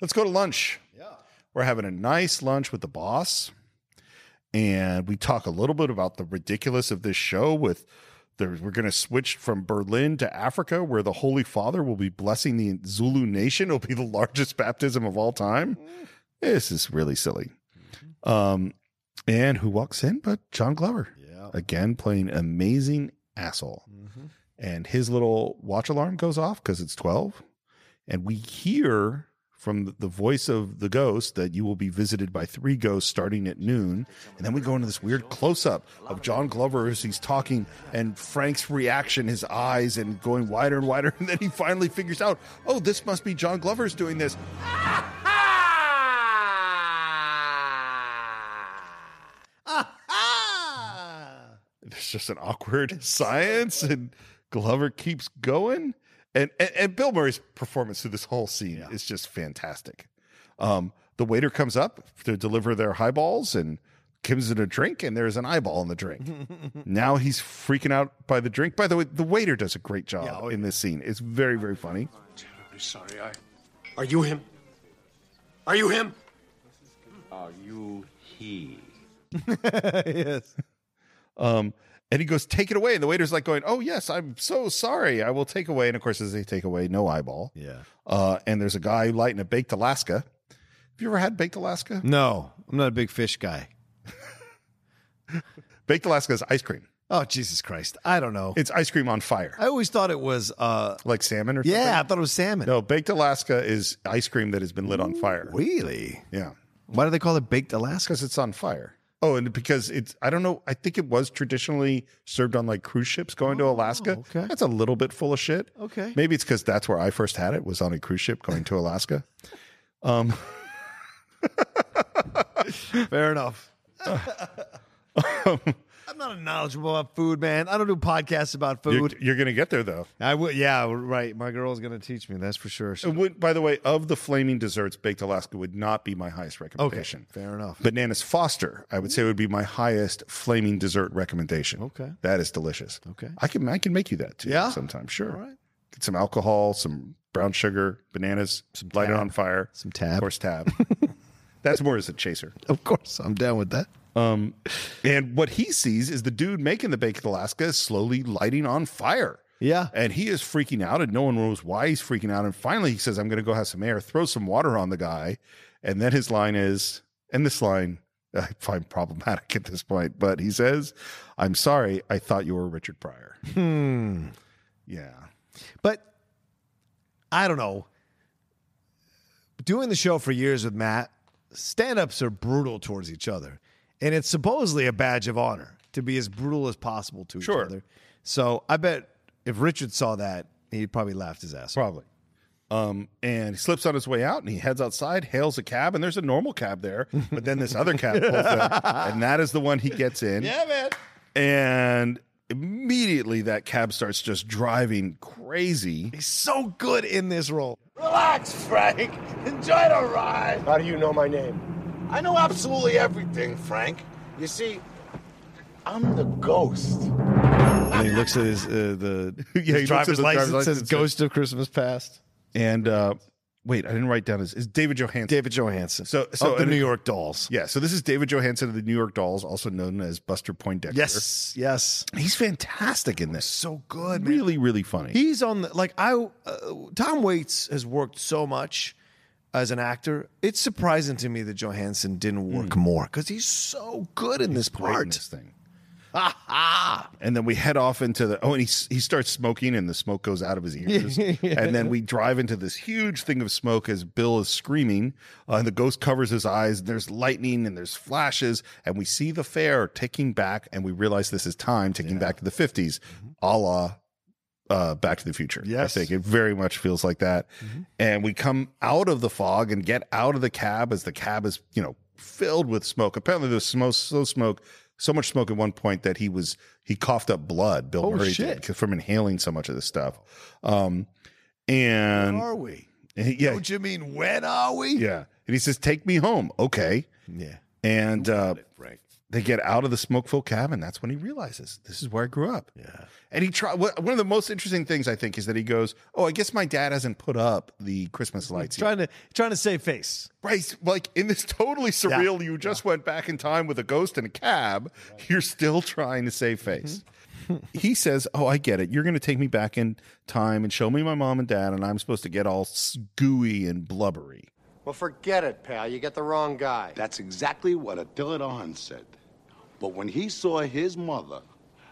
S2: Let's go to lunch. Yeah. We're having a nice lunch with the boss. And we talk a little bit about the ridiculous of this show with there we're going to switch from Berlin to Africa where the Holy Father will be blessing the Zulu nation. It'll be the largest baptism of all time. This is really silly. Um and who walks in but John Glover. Yeah. Mm-hmm. Again playing amazing asshole. And his little watch alarm goes off cuz it's 12 and we hear from the- the voice of the ghost that you will be visited by three ghosts starting at noon. And then we go into this weird close up of John Glover as he's talking and Frank's reaction, his eyes and going wider and wider. And then he finally figures out, oh, this must be John Glover's doing this. There's just an awkward silence, and Glover keeps going. And, and and Bill Murray's performance through this whole scene is just fantastic. Um, the waiter comes up to deliver their highballs and gives it a drink, and there's an eyeball in the drink. now he's freaking out by the drink. By the way, the waiter does a great job in this scene. It's very, very funny.
S7: I'm sorry, I.
S3: Are you him? Are you him?
S7: Are you he?
S2: yes. Um, and he goes, take it away. And the waiter's like going, oh, yes, I'm so sorry. I will take away. And of course, as they take away, no eyeball.
S16: Yeah.
S2: Uh, and there's a guy lighting a baked Alaska. Have you ever had baked Alaska?
S1: No, I'm not a big fish guy.
S2: baked Alaska is ice cream.
S1: Oh, Jesus Christ. I don't know.
S2: It's ice cream on fire.
S1: I always thought it was uh
S2: like salmon or
S1: Yeah,
S2: something?
S1: I thought it was salmon.
S2: No, baked Alaska is ice cream that has been lit on fire.
S1: Really?
S2: Yeah.
S1: Why do they call it baked Alaska?
S2: Because it's on fire. Oh, and because it's, I don't know, I think it was traditionally served on like cruise ships going to Alaska. Okay. That's a little bit full of shit.
S1: Oh, Okay.
S2: Maybe it's because that's where I first had it, was on a cruise ship going to Alaska. Um,
S1: Fair enough. I'm not knowledgeable about food, man. I don't do podcasts about
S2: you're
S1: food.
S2: you're going to get there though.
S1: I would, yeah, right. My girl's gonna teach me. That's for sure.
S2: It would- by the way, of the flaming desserts, baked Alaska would not be my highest recommendation.
S1: Fair enough.
S2: Bananas Foster, I would say, would be my highest flaming dessert recommendation.
S1: Okay.
S2: that is delicious.
S1: Okay.
S2: I can I can make you that too.
S1: Yeah?
S2: sometime sure.
S1: All right.
S2: Get some alcohol, some brown sugar, bananas, light it on fire, some
S1: tab,
S2: of course tab. That's more as a chaser.
S1: Of course, I'm down with that.
S2: Um, and what he sees is the dude making the baked Alaska is slowly lighting on fire.
S1: Yeah.
S2: And he is freaking out, and no one knows why he's freaking out. And finally, he says, I'm going to go have some air, throw some water on the guy. And then his line is, and this line I find problematic at this point, but he says, I'm sorry, I thought you were Richard Pryor.
S1: Hmm.
S2: Yeah.
S1: But I don't know. Doing the show for years with Matt, stand ups are brutal towards each other. And it's supposedly a badge of honor to be as brutal as possible to each other. So I bet if Richard saw that, he'd probably laughed his ass off.
S2: Probably. Um, and he slips on his way out and he heads outside, hails a cab, and there's a normal cab there. But then this other cab pulls up, and that is the one he gets in.
S1: Yeah, man.
S2: And immediately that cab starts just driving crazy.
S1: He's so good in this role.
S17: Relax, Frank. Enjoy the ride. How do you know my name? I know absolutely everything, Frank. You see, I'm the ghost.
S1: And he looks at his uh, the
S2: Yeah, he looks
S1: driver's
S2: at the driver's
S1: license,
S2: license
S1: says "Ghost of Christmas Past."
S2: And uh, wait, I didn't write down his. Is David Johansen?
S1: David Johansen.
S2: So, so
S1: Of the New York Dolls.
S2: Yeah. So this is David Johansen of the New York Dolls, also known as Buster Poindexter.
S1: Yes, yes.
S2: He's fantastic in this.
S1: So good, man.
S2: really, really funny.
S1: He's on the like I uh, Tom Waits has worked so much as an actor. It's surprising to me that Johansson didn't work more because he's so good in this
S2: Hmm. great in
S1: part.
S2: this thing.
S1: Ha ha!
S2: and then we head off into the oh and he, s- he starts smoking and the smoke goes out of his ears and then we drive into this huge thing of smoke as bill is screaming uh, and the ghost covers his eyes and there's lightning and there's flashes and we see the fair taking back and we realize this is time taking back to the 50s a la uh, Back to the Future.
S1: Yes. Mm-hmm.
S2: I think it very much feels like that. And we come out of the fog and get out of the cab as the cab is, you know, filled with smoke. Apparently, there was smoke, so smoke, so much smoke at one point that he was he coughed up blood. Bill
S1: Oh,
S2: Murray
S1: shit.
S2: did from inhaling so much of this stuff. Um, and
S1: Where are we?
S2: yeah,
S1: Don't you mean when are we?
S2: yeah. And he says, "Take me home." Okay.
S1: Yeah.
S2: And uh, they get out of the smoke-filled cabin. That's when he realizes this is where I grew up. Yeah. And he try wha- one of the most interesting things I think is that he goes, "Oh, I guess my dad hasn't put up the Christmas lights yet."
S1: Trying to trying to save face.
S2: Right, like in this totally surreal, you just went back in time with a ghost and a cab. You're still trying to save face. he says, "Oh, I get it. You're going to take me back in time and show me my mom and dad, and I'm supposed to get all s- gooey and blubbery."
S3: Well, forget it, pal. You got the wrong guy.
S17: That's exactly what Attila the Hun said. But when he saw his mother,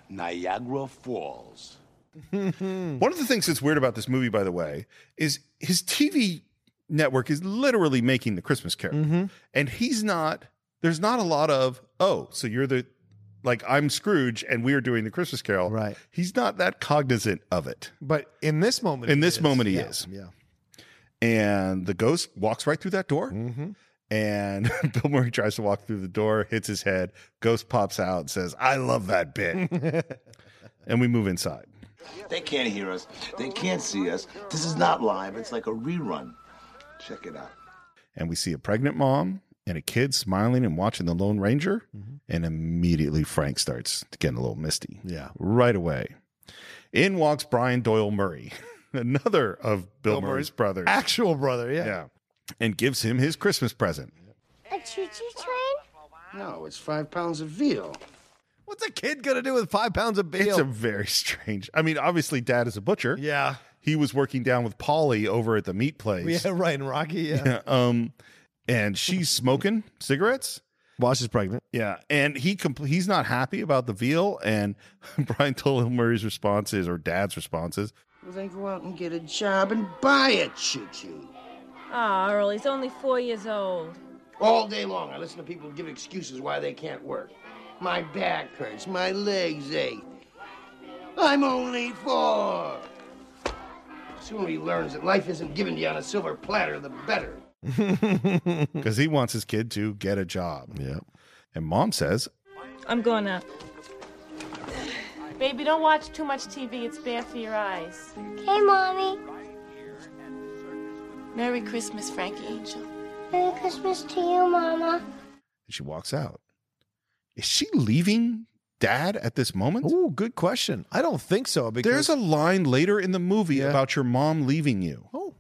S17: Niagara Falls.
S2: One of the things that's weird about this movie, by the way, is his TV network is literally making the Christmas Carol,
S1: Mm-hmm.
S2: and he's not. There's not a lot of oh, so you're the like I'm Scrooge, and we are doing the Christmas Carol.
S1: Right.
S2: He's not that cognizant of it.
S1: But in this moment,
S2: In
S1: he
S2: this
S1: is.
S2: moment, he
S1: Yeah,
S2: is.
S1: Yeah.
S2: And the ghost walks right through that door.
S1: Mm-hmm.
S2: And Bill Murray tries to walk through the door, hits his head. Ghost pops out and says, "I love that bit." and we move inside.
S17: They can't hear us. They can't see us. This is not live. It's like a rerun. Check it out.
S2: and we see a pregnant mom and a kid smiling and watching the Lone Ranger,
S1: Mm-hmm.
S2: and immediately Frank starts getting a little misty.
S1: Yeah.
S2: right away. In walks Brian Doyle Murray, another of Bill,
S1: Bill
S2: Murray's,
S1: Murray's
S2: brothers.
S1: Actual brother. Yeah.
S2: yeah, and gives him his Christmas present.
S18: A choo-choo train?
S13: No, it's five pounds of veal.
S1: What's a kid gonna do with five pounds of
S2: It's
S1: bail?
S2: a very strange. I mean, obviously, Dad is a butcher.
S1: yeah.
S2: He was working down with Polly over at the meat place.
S1: Yeah. Right. And Rocky. Yeah.
S2: um, and she's smoking cigarettes.
S1: Boss is pregnant.
S2: Yeah, and he compl- he's not happy about the veal. And Brian Doyle Murray's response is, or Dad's response is,
S18: Well, then go out and get a
S13: Job and buy it, choo choo.
S18: Ah, Earl, he's only four years old.
S13: All day long, I listen to people give excuses why they can't work. My back hurts. My legs ache. I'm only four. Soon he learns that life isn't given to you on a silver platter, the better.
S1: Hmm.
S2: because he wants his kid to get a job. Yeah, and Mom says,
S18: I'm going up.
S12: Baby, don't watch too much TV. It's bad for your eyes.
S18: Hey, Mommy.
S12: Merry Christmas, Frankie Angel.
S18: Merry Christmas to you, Mama.
S2: and she walks out. Is she leaving Dad at this moment?
S1: Oh, good question. I don't think so because
S2: There's a line later in the movie about your mom leaving you.
S1: Oh.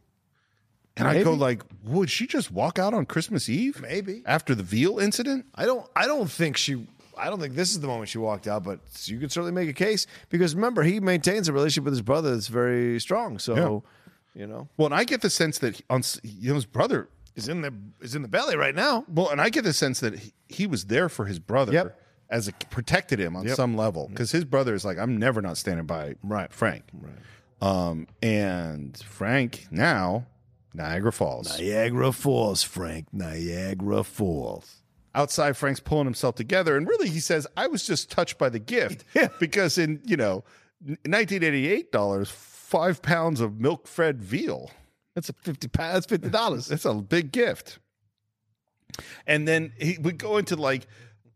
S2: And I go
S1: Maybe.
S2: like, would she just walk out on Christmas Eve?
S1: Maybe.
S2: after the veal incident.
S1: I don't I don't think she I don't think this is the moment she walked out, but you could certainly make a case because remember he maintains a relationship with his brother that's very strong. So, you know,
S2: Well, and I get the sense that he- on s- you know, his brother
S1: is in the is in the belly right now.
S2: Well, and I get the sense that he, he was there for his brother
S1: Yep.
S2: as a protected him on
S1: Yep.
S2: some level because his brother is like, I'm never not standing by
S1: Right.
S2: Frank. Right. Um, and Frank now Niagara Falls.
S1: Niagara Falls, Frank. Niagara Falls.
S2: Outside, Frank's pulling himself together, and really, he says, "I was just touched by the gift because in you know, 1988 dollars, five pounds of milk fed veal."
S1: That's a fifty pa- that's fifty dollars.
S2: That's a big gift. And then he would go into like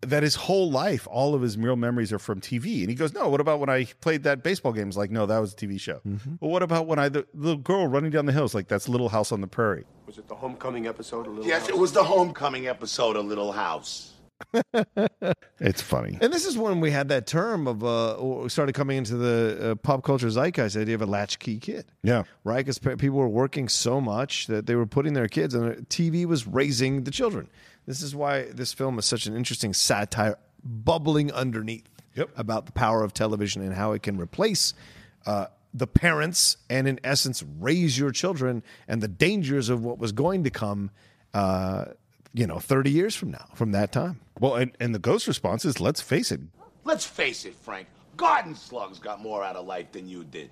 S2: that his whole life, all of his real memories are from TV. And he goes, No, what about when I played that baseball game? It's like, No, that was a TV show.
S1: Mm-hmm.
S2: Well, what about when I, the little girl running down the hills, like that's Little House on the Prairie?
S19: Was it the homecoming episode? A little
S17: Yes, it was the homecoming episode of Little House.
S2: It's funny.
S1: And this is when we had that term of uh, or started coming into the uh, pop culture zeitgeist, the idea of a latchkey kid.
S2: Yeah.
S1: Right? Because people were working so much that they were putting their kids, and TV was raising the children. This is why this film is such an interesting satire bubbling underneath about the power of television and how it can replace uh, the parents and, in essence, raise your children and the dangers of what was going to come. Uh, you know, 30 years from now, from that time.
S2: Well, and, and the ghost response is let's face it,
S17: Let's face it, Frank. Garden slugs got more out of life than you did.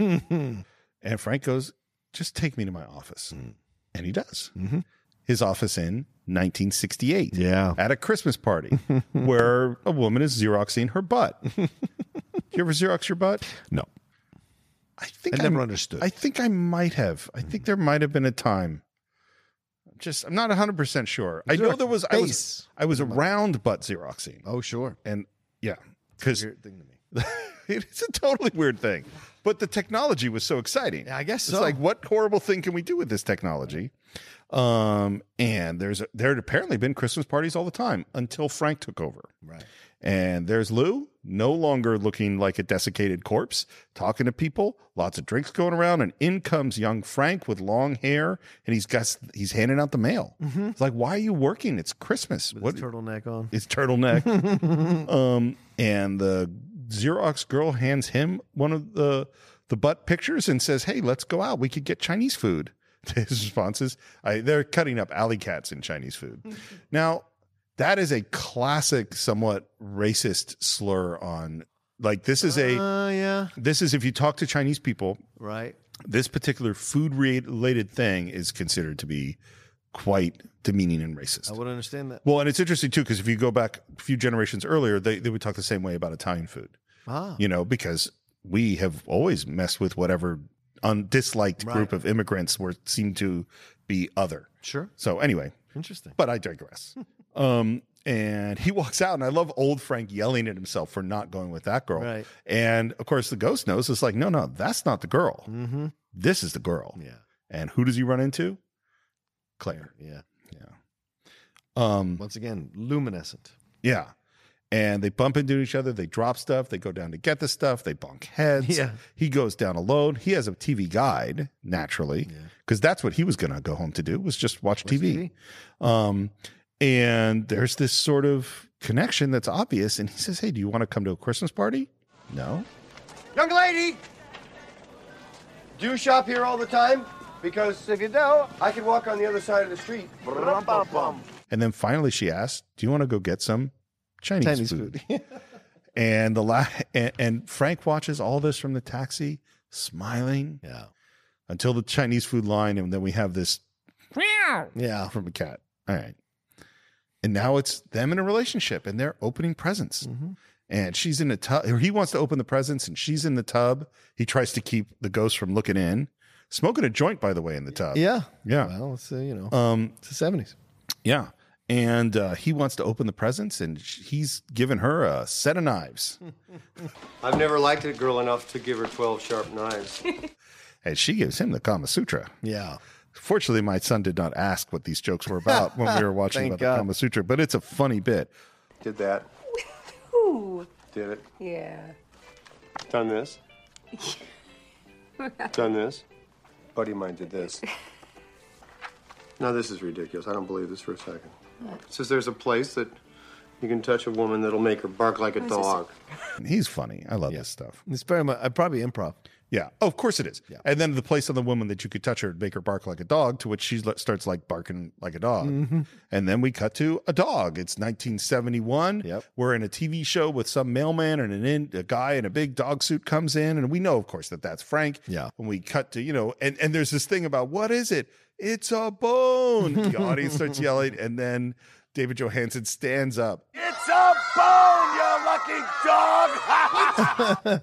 S2: and Frank goes, just take me to my office.
S1: Hmm.
S2: And he does.
S1: Mm-hmm.
S2: His office in 1968. Yeah. At a Christmas party where a woman is Xeroxing her butt. Do you ever Xerox your butt?
S1: No.
S2: I think
S1: I never understood. Mm-hmm.
S2: I think I might have. I think there might have been a time. Just, I'm not 100% sure. I know
S1: Xerox
S2: there was, I was,
S1: face.
S2: I was around butt Xeroxing.
S1: Oh, sure.
S2: And yeah, because
S1: weird thing to me.
S2: it's a totally weird thing. But the technology was so exciting. I guess It's
S1: so.
S2: like, what horrible thing can we do with this technology? Um, and there's there had apparently been Christmas parties all the time until Frank took over.
S1: Right.
S2: And there's Lou, no longer looking like a desiccated corpse, talking to people, lots of drinks going around, and in comes young Frank with long hair, and he's got he's handing out the mail. It's like, why are you working? It's Christmas.
S1: Mm-hmm. With his turtleneck on.
S2: His turtleneck. um, and the Xerox girl hands him one of the the butt pictures and says, "Hey, let's go out. We could get Chinese food." His response is, I, "They're cutting up alley cats in Chinese food." now, that is a classic, somewhat racist slur on like this is a
S1: Uh, yeah.
S2: this is if you talk to Chinese people,
S1: Right.
S2: this particular food re- related thing is considered to be quite demeaning and racist.
S1: I would understand that.
S2: Well, and it's interesting too because if you go back a few generations earlier, they, they would talk the same way about Italian food.
S1: Ah.
S2: You know, because we have always messed with whatever un- disliked group of immigrants were seemed to be other.
S1: Sure.
S2: So anyway,
S1: Interesting.
S2: but I digress. um, and he walks out, and I love old Frank yelling at himself for not going with that girl.
S1: Right.
S2: And of course, the ghost knows it's like, no, no, that's not the girl.
S1: Mm-hmm.
S2: This is the girl.
S1: Yeah.
S2: And who does he run into? Claire.
S1: Yeah.
S2: Um,
S1: Once again, luminescent.
S2: yeah. And they bump into each other. They drop stuff. They go down to get the stuff. They bonk heads.
S1: Yeah.
S2: He goes down alone. He has a TV guide naturally because that's what he was going to go home to do was just watch, TV. Um, and there's this sort of connection that's obvious. And he says, "Hey, do you want to come to a Christmas party?" No.
S3: Young lady, do you shop here all the time? Because if you don't, I could walk on the other side of the street. Brum, bum, bum.
S2: And then finally, she asks, "Do you want to go get some Chinese,
S1: Chinese
S2: food?" and the la- and, and Frank watches all this from the taxi, smiling.
S1: Yeah.
S2: Until the Chinese food line, and then we have this
S1: Yeah.
S2: from a cat. All right. And now it's them in a relationship, and they're opening presents.
S1: Mm-hmm.
S2: And she's in a tub, or he wants to open the presents, and she's in the tub. He tries to keep the ghost from looking in, smoking a joint, by the way, in the tub.
S1: Yeah.
S2: Yeah.
S1: Well, it's, uh, you know,
S2: Um,
S1: it's the 70s.
S2: yeah. And uh, he wants to open the presents, and sh- he's given her a set of knives.
S1: Hmm.
S3: I've never liked a girl enough to give her 12 sharp knives.
S2: And she gives him the Kama Sutra.
S1: Yeah.
S2: Fortunately, my son did not ask what these jokes were about when we were watching
S1: Thank
S2: about
S1: God.
S2: the Kama Sutra, but it's a funny bit.
S17: Did that.
S4: Ooh.
S17: Did it.
S4: Yeah.
S17: Done this. Done this. Buddy of mine did this. now this is ridiculous. I don't believe this for a second. It says there's a place that you can touch a woman that'll make her bark like a
S4: is this?
S17: dog.
S2: And he's funny. I love this stuff.
S1: It's very much, I probably improv.
S2: Yeah. Oh, of course it is. And then the place on the woman that you could touch her and make her bark like a dog, to which she le- starts like barking like a dog. And then we cut to a dog. It's 1971. Yep. We're in a TV show with some mailman and an in, a guy in a big dog suit comes in. And we know, of course, that that's Frank.
S1: Yeah.
S2: When we cut to, you know, and, and there's this thing about what is it? It's a bone. The audience starts yelling. And then David Johansen stands up
S17: It's a bone, you lucky dog!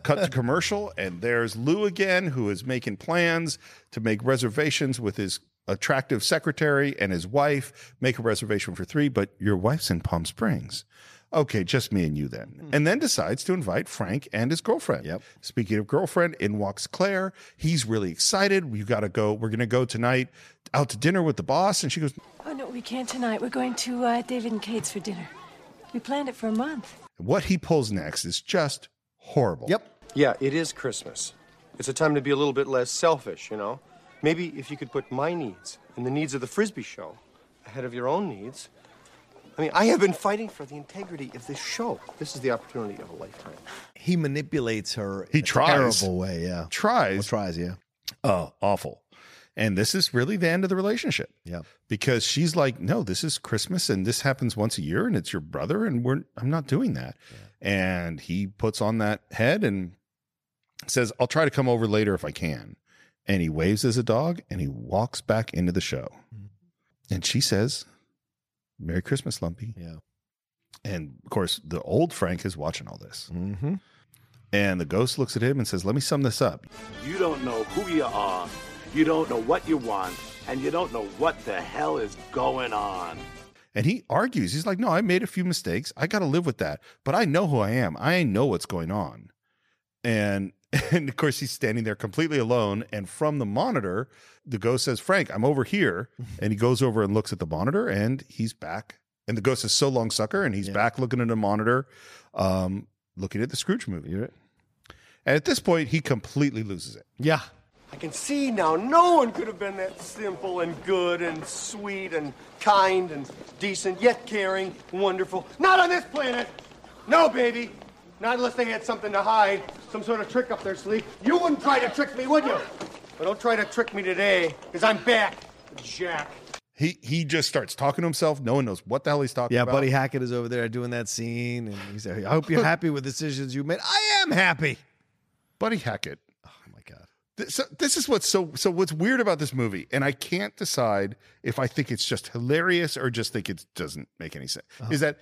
S2: cut to commercial and there's lou again who is making plans to make reservations with his attractive secretary and his wife make a reservation for three but your wife's in palm springs okay just me and you then
S1: Hmm.
S2: and then decides to invite frank and his girlfriend yep speaking of girlfriend in walks claire he's really excited you gotta go we're gonna go tonight out to dinner with the boss and she goes
S4: Oh, no, we can't tonight. We're going to uh, David and Kate's for dinner. We planned it for a month.
S2: What he pulls next is just horrible.
S1: Yep.
S17: Yeah, it is Christmas. It's a time to be a little bit less selfish, you know? Maybe if you could put my needs and the needs of the Frisbee show ahead of your own needs. I mean, I have been fighting for the integrity of this show. This is the opportunity of a lifetime.
S1: He manipulates her.
S2: He
S1: in
S2: tries.
S1: A terrible way. Yeah.
S2: Tries.
S1: Well, tries. Yeah.
S2: Oh, awful. And this is really the end of the relationship.
S1: Yeah.
S2: Because she's like, no, this is Christmas and this happens once a year and it's your brother and we're I'm not doing that. And he puts on that head and says, I'll try to come over later if I can. And he waves as a dog and he walks back into the show. And she says, Merry Christmas, Lumpy.
S1: Mm-hmm. Yeah.
S2: And of course, the old Frank is watching all this.
S1: Mm-hmm.
S2: And the ghost looks at him and says, Let me sum this up.
S20: You don't know who you are, you don't know what you want, and you don't know what the hell is going on.
S2: And he argues. He's like, no, I made a few mistakes. I got to live with that. But I know who I am. I know what's going on. And and of course he's standing there completely alone. And from the monitor, the ghost says, Frank, I'm over here. And he goes over and looks at the monitor and he's back. And the ghost is so long sucker, and he's back looking at the monitor, um, looking at the Scrooge movie. And at this point, he completely loses it.
S1: Yeah.
S3: I can see now no one could have been that simple and good and sweet and kind and decent, yet caring, wonderful. Not on this planet! No, baby! Not unless they had something to hide, some sort of trick up their sleeve. You wouldn't try to trick me, would you? But don't try to trick me today, because I'm back, Jack.
S2: He he just starts talking to himself. No one knows what the hell he's talking
S1: Yeah.
S2: about.
S1: Buddy Hackett is over there doing that scene, and he's like, "I hope you're happy with the decisions you made." I am happy.
S2: Buddy Hackett. Oh my god. This, so this is what's so so what's weird about this movie, and I can't decide if I think it's just hilarious or just think it doesn't make any sense.
S1: Uh-huh.
S2: Is that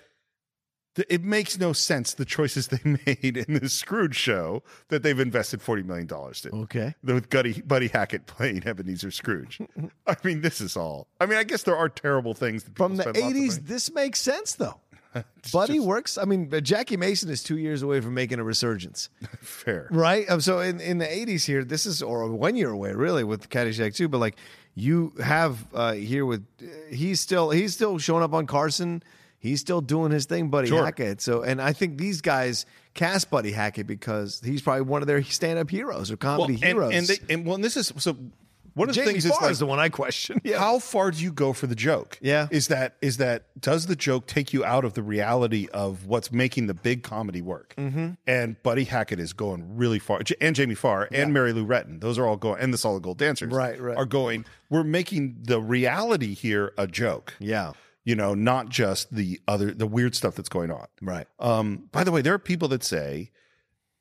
S2: th- it makes no sense the choices they made in this Scrooge show that they've invested forty million dollars to.
S1: Okay.
S2: with Gutty, Buddy Hackett playing Ebenezer Scrooge.
S1: Mm-hmm.
S2: I mean, this is all. I mean, I guess there are terrible things that
S1: From
S2: people
S1: the
S2: spend lots of
S1: '80s,
S2: money-
S1: this makes sense though. Buddy works. I mean, uh, Jackie Mason is two years away from making a resurgence.
S2: Fair.
S1: Right. Um, so in, in the 80s here, this is, or one year away really with Caddyshack 2, but like you have uh, here with, uh, he's still, he's still showing up on Carson. He's still doing his thing, Buddy
S2: Sure.
S1: Hackett. So, and I think these guys cast Buddy Hackett because he's probably one of their stand up heroes or comedy
S2: and,
S1: heroes.
S2: And, they, and well, and this is so. One of the
S1: Jamie
S2: things
S1: Farr
S2: like,
S1: is the one I question.
S2: How far do you go for the joke?
S1: Yeah.
S2: is that is that does the joke take you out of the reality of what's making the big comedy work?
S1: Mhm.
S2: And Buddy Hackett is going really far, J- and Jamie Farr and Mary Lou Retton. Those are all going, and the Solid Gold Dancers,
S1: Right, right.
S2: are going. We're making the reality here a joke.
S1: Yeah.
S2: You know, not just the other the weird stuff that's going on.
S1: Right.
S2: Um, by the way, there are people that say,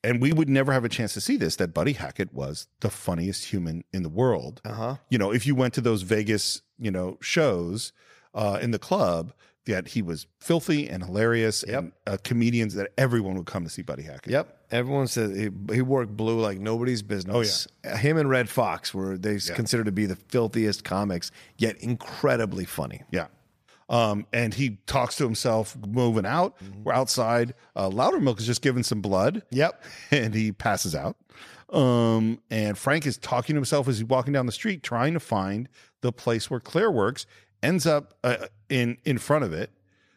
S2: and we would never have a chance to see this, that Buddy Hackett was the funniest human in the world.
S1: Uh-huh.
S2: You know, if you went to those Vegas, you know, shows uh, in the club, that he was filthy and hilarious and uh, comedians that everyone would come to see Buddy Hackett.
S1: Yep. Everyone says he, he worked blue like nobody's business. Oh, yeah. Him and Red Fox were they considered to be the filthiest comics, yet incredibly funny.
S2: Yeah. Um, and he talks to himself moving out. We're outside. Uh, Loudermilk is just given some blood.
S1: Mm-hmm. Yep.
S2: And he passes out. Um, and Frank is talking to himself as he's walking down the street, trying to find the place where Claire works. Ends up uh, in in front of it.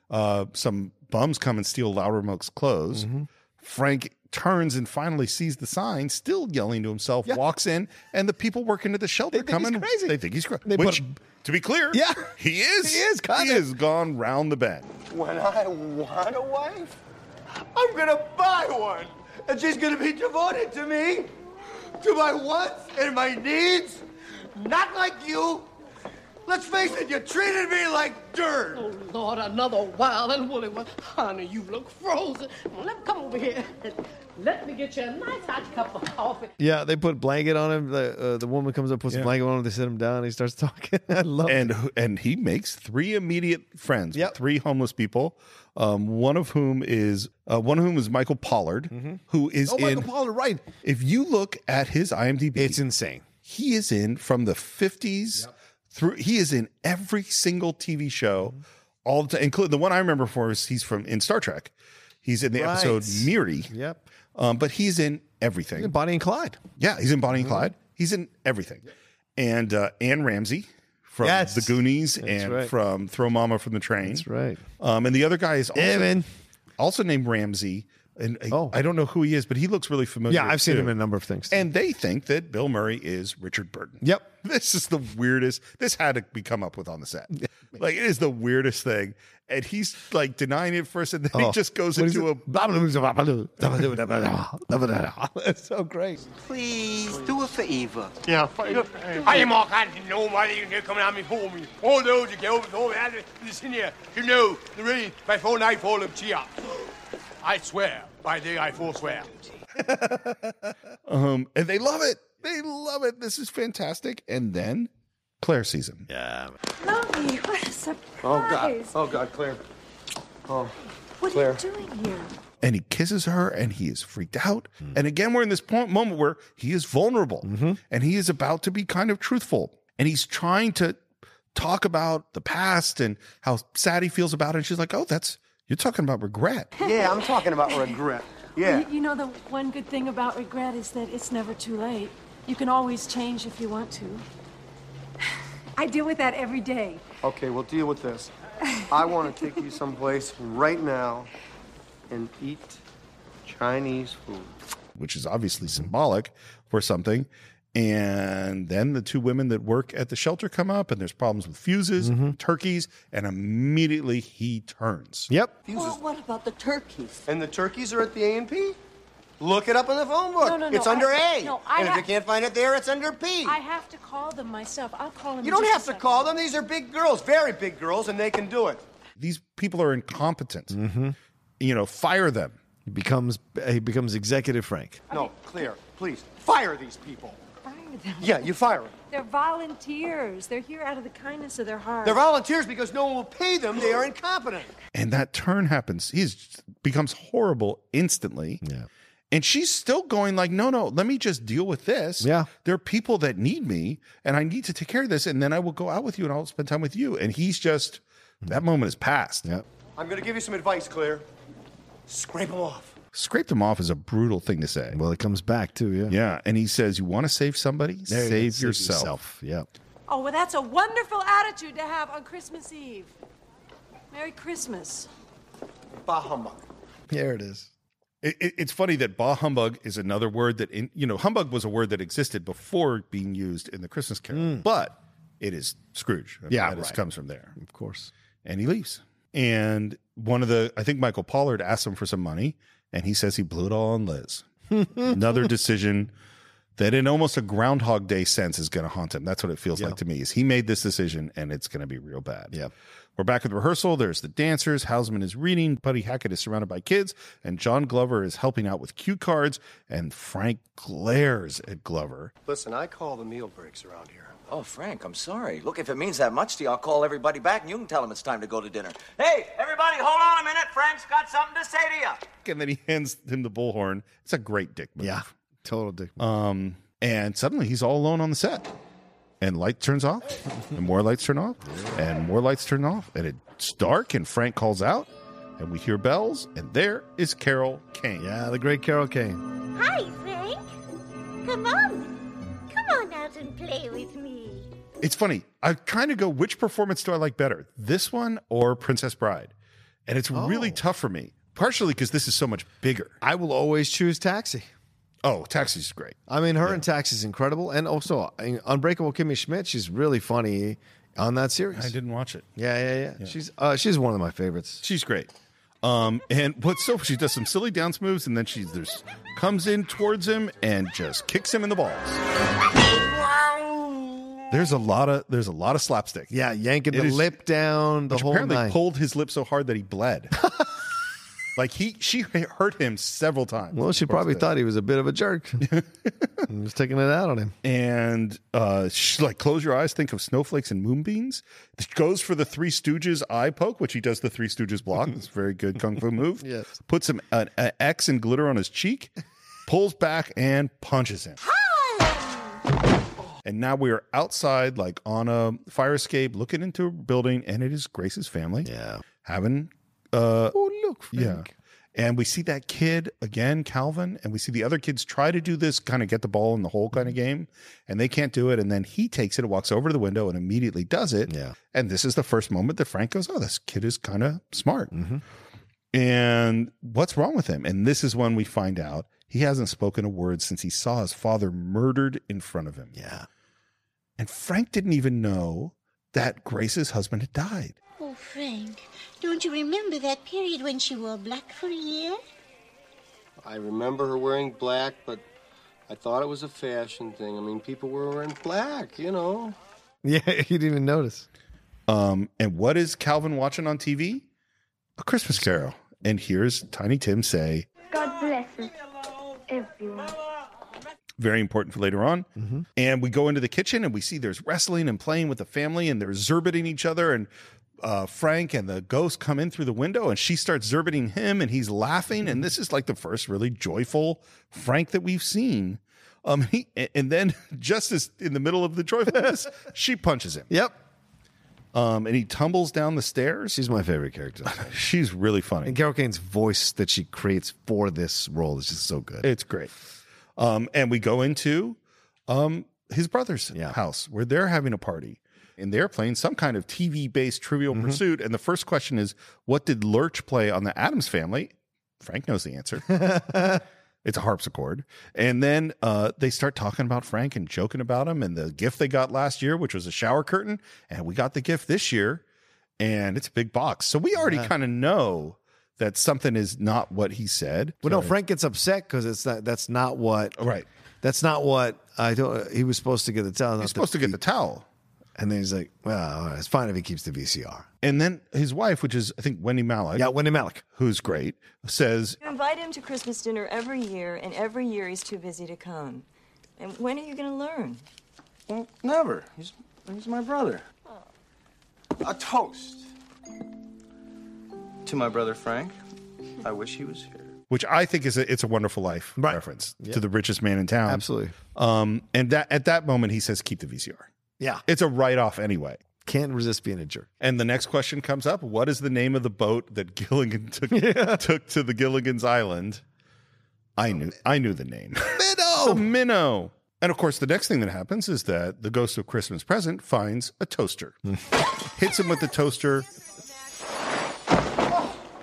S2: Uh, some bums come and steal Loudermilk's clothes.
S1: Mm-hmm.
S2: Frank turns and finally sees the sign, still yelling to himself. Walks in, and the people working at the shelter
S1: think
S2: come
S1: he's
S2: and
S1: crazy.
S2: they think he's crazy.
S1: They put
S2: Which,
S1: a-
S2: to be clear,
S1: Yeah.
S2: he is.
S1: He is,
S2: He
S1: kinda.
S2: has gone round the bend.
S3: When I want a wife, I'm gonna buy one, and she's gonna be devoted to me, to my wants and my needs, not like you. Let's face it, you treated me like dirt.
S21: Oh, Lord, another wild and woolly one. Honey, you look frozen. Let me come over here. Let me get you a nice hot cup of coffee.
S1: Yeah, they put blanket on him. The uh, the woman comes up, puts a blanket on him. They sit him down. He starts talking. I love it.
S2: And and he makes three immediate friends. with Three homeless people. Um, one of whom is uh, one of whom is Michael Pollard, who is
S1: Oh,
S2: in.
S1: Michael Pollard, right?
S2: If you look at his IMDb,
S1: It's insane.
S2: He is in from the fifties through. He is in every single TV show,
S1: Mm-hmm.
S2: all the time. Including the one I remember for is he's from in Star Trek. He's in the
S1: Right.
S2: episode Miri.
S1: Yep.
S2: Um, but he's in everything.
S1: And Bonnie and Clyde.
S2: Yeah, he's in Bonnie
S22: Mm-hmm.
S2: and Clyde. He's in everything. And uh, Anne Ramsey from
S1: Yes.
S2: The Goonies
S1: That's
S2: and
S1: right.
S2: from Throw Mama from the Train. That's
S1: right.
S2: Um, and the other guy is also,
S1: Evan.
S2: also named Ramsey. And I, I don't know who he is, but he looks really
S1: Oh,
S2: familiar.
S22: Oh. Yeah, I've seen
S2: too.
S22: him in a number of things.
S2: And they think that Bill Murray is Richard Burton.
S22: Yep.
S2: This is the weirdest. This had to be come up with on the set. Like it is the weirdest thing. And he's like denying it first, and then he
S22: Oh.
S2: just goes
S22: What is
S2: into
S22: it?
S2: a
S22: It's so great.
S13: Please do a favor.
S17: Yeah.
S3: I am all kinds of nobody you can come and me for me. Oh, All those you get over to me, listen here. You know, the rain, by four nightfall of cheer. I swear, by day I forswear.
S2: um, and they love it. They love it. This is fantastic. And then Claire sees him.
S17: Yeah.
S4: Mommy, what a surprise.
S17: Oh God. Oh God, Claire. Oh.
S4: What
S2: Claire.
S4: are you doing here?
S2: and he kisses her and he is freaked out. And again, we're in this point moment where he is vulnerable and he is about to be kind of truthful. And he's trying to talk about the past and how sad he feels about it. And she's like, Oh, that's you're talking about regret.
S4: Yeah,
S17: I'm talking about regret.
S4: You, you know, the one good thing about regret is that it's never too late. You can always change if you want to. I deal with that every day.
S17: Okay, we'll deal with this. I want to take you someplace right now and eat Chinese food.
S2: which is obviously symbolic for something. And then the two women that work at the shelter come up, and there's problems with fuses, turkeys, and immediately he turns.
S22: Yep.
S17: Well, what about the turkeys? And the turkeys are at the A and P. Look it up in the phone book.
S4: No, no, no,
S17: it's under
S4: I-
S17: A.
S4: no, I
S17: and
S4: ha-
S17: if you can't find it there, it's under P.
S4: I have to call them myself. I'll call them.
S17: you
S4: in
S17: don't
S4: just a
S17: have to
S4: second.
S17: call them. These are big girls, very big girls, and they can do it.
S2: These people are incompetent. You know, fire them.
S22: He becomes he becomes executive Frank.
S17: No, clear. Please fire these people. Yeah, you fire them.
S4: They're volunteers. They're here out of the kindness of their heart.
S17: They're volunteers because no one will pay them. They are incompetent.
S2: And that turn happens. He's becomes horrible instantly. Yeah. And she's still going like, no, no, let me just deal with this. Yeah. There are people that need me and I need to take care of this. And then I will go out with you and I'll spend time with you. And he's just
S22: Mm-hmm.
S2: that moment is past. Yeah.
S17: I'm going to give you some advice, Claire. Scrape them off.
S2: Scrape them off is a brutal thing to say.
S22: Well, it comes back too, yeah.
S2: Yeah. And he says, You want to save somebody?
S22: There you go.
S2: save,
S22: Save
S2: yourself.
S22: yourself. Yeah.
S4: Oh, well, that's a wonderful attitude to have on Christmas Eve. Merry Christmas.
S17: Bah humbug.
S22: There it is.
S2: It, it- it's funny that bah humbug is another word that, in, you know, humbug was a word that existed before being used in the Christmas Carol, but it is Scrooge. I mean,
S22: Mm. Yeah,
S2: that is-
S22: right.
S2: comes from there,
S22: of course.
S2: And he leaves. And one of the, I think Michael Pollard asked him for some money, and he says he blew it all on Liz. another decision that, in almost a Groundhog Day sense, is going to haunt him. That's what it feels like to me. Is he made this decision, and it's going to be real bad. Yeah. We're back at the rehearsal. There's the dancers. Hausman is reading. Buddy Hackett is surrounded by kids, and John Glover is helping out with cue cards. And Frank glares at Glover.
S17: Listen, I call the meal breaks around here.
S23: Oh, Frank, I'm sorry. Look, if it means that much to you, I'll call everybody back and you can tell them it's time to go to dinner.
S24: Hey, everybody, hold on a minute. Frank's got something to say to you.
S2: and then he hands him the bullhorn. It's a great dick move. Yeah,
S22: total dick.
S2: Um, and suddenly he's all alone on the set, and light turns off, and more lights turn off, and more lights turn off, and it's dark. And Frank calls out, and we hear bells, and there is Carol Kane.
S22: Yeah, the great Carol Kane.
S18: Hi, Frank. Come on. Come on out and play with me.
S2: It's funny. I kind of go, which performance do I like better, this one or Princess Bride? And it's really tough for me, partially because this is so much bigger.
S22: I will always choose Taxi.
S2: Oh, Taxi's great.
S22: I mean, her in Taxi is incredible, and also uh, in Unbreakable Kimmy Schmidt. She's really funny on that series. I
S2: didn't watch it.
S22: Yeah, yeah, yeah. She's uh, she's one of my favorites.
S2: She's great. Um, and what's so she does some silly dance moves, and then she there's comes in towards him and just kicks him in the balls. There's a lot of there's a lot of slapstick.
S22: Yeah, yanking
S2: It
S22: the
S2: is-
S22: lip down, the
S2: Which
S22: whole
S2: apparently
S22: nine.
S2: pulled his lip so hard that he bled. like he she hurt him several times.
S22: Well, she probably thought he was a bit of a jerk. and was taking it out on him.
S2: And uh, she's like, close your eyes, think of snowflakes and moonbeams. She goes for the Three Stooges eye poke, which he does the Three Stooges block. It's a very good kung fu move.
S22: Yes.
S2: Puts him an, an X and glitter on his cheek, pulls back and punches him. And now we are outside, like on a fire escape, looking into a building, and it is Grace's family.
S22: Yeah.
S2: Having uh
S22: Oh look,
S2: Yeah. And we see that kid again, Calvin, and we see the other kids try to do this kind of get the ball in the hole kind of game, and they can't do it. And then he takes it and walks over to the window and immediately does it. Yeah. And this is the first moment that Frank goes, Oh, this kid is kind of smart. And what's wrong with him? And this is when we find out he hasn't spoken a word since he saw his father murdered in front of him.
S1: Yeah.
S2: And Frank didn't even know that Grace's husband had died.
S18: Oh, Frank, don't you remember that period when she wore black for a year?
S17: I remember her wearing black, but I thought it was a fashion thing. I mean, people were wearing black, you know.
S1: Yeah, you didn't even notice.
S2: Um, and what is Calvin watching on TV? A Christmas Carol. And here's Tiny Tim say,
S18: God bless us, everyone.
S2: very important for later on.
S1: Mm-hmm.
S2: And we go into the kitchen and we see there's wrestling and playing with the family and they're zerbiting each other. And uh, Frank and the ghost come in through the window and she starts zerbiting him and he's laughing.
S1: Mm-hmm.
S2: And this is like the first really joyful Frank that we've seen. Um, he, and then just as in the middle of the joyfulness, she punches him.
S1: Yep.
S2: Um, and he tumbles down the stairs.
S1: She's my favorite character.
S2: She's really funny.
S1: And Carol Kane's voice that she creates for this role is just so good.
S2: It's great. Um, and we go into um, his brother's house where they're having a party and they're playing some kind of TV based trivial
S1: Mm-hmm.
S2: pursuit. And the first question is, what did Lurch play on the Adams family? Frank knows the answer. it's a harpsichord. And then uh, they start talking about Frank and joking about him and the gift they got last year, which was a shower curtain. And we got the gift this year and it's a big box. So we already
S1: Yeah.
S2: kind of know that something is not what he said.
S1: Well, no, Frank gets upset because it's not. That's not what.
S2: Right.
S1: That's not what I don't. He was supposed to get the towel. He's
S2: supposed to get the towel.
S1: And then he's like, "Well, all right, it's fine if he keeps the VCR."
S2: And then his wife, which is I think Wendy Malik.
S1: Yeah, Wendy Malik,
S2: who's great, says
S8: You invite him to Christmas dinner every year, and every year he's too busy to come. And when are you going to learn?
S17: Well, never. He's, he's my brother. A toast. To my brother Frank. I wish he was here.
S2: which I think is a, it's a wonderful life reference
S1: Yeah.
S2: to the richest man in town.
S1: Absolutely.
S2: Um, and that at that moment he says, "Keep the VCR."
S1: Yeah.
S2: It's a write off anyway.
S1: Can't resist being a jerk.
S2: And the next question comes up: What is the name of the boat that Gilligan took took to the Gilligan's Island? I knew I knew the name.
S1: Oh.
S2: Minnow. minnow. And of course, the next thing that happens is that the ghost of Christmas present finds a toaster, hits him with the toaster,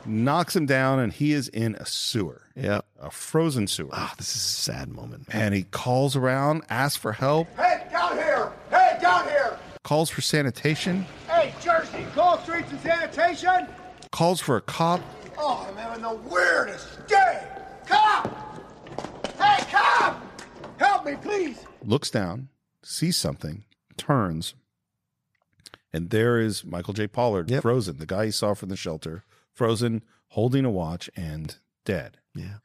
S2: knocks him down, and he is in a sewer.
S1: Yeah.
S2: A frozen sewer. Ah,
S1: this is a sad moment.
S2: And he calls around, asks for help,
S3: Hey, down here! Hey, down here!
S2: calls for sanitation,
S3: Hey, Jersey, call streets and sanitation!
S2: calls for a cop.
S3: Oh, I'm having the weirdest day! Cop! Hey, cop! Help me, please!
S2: looks down, sees something, turns, and there is Michael J. Pollard, frozen, the guy he saw from the shelter, frozen, holding a watch and dead.
S1: Yeah.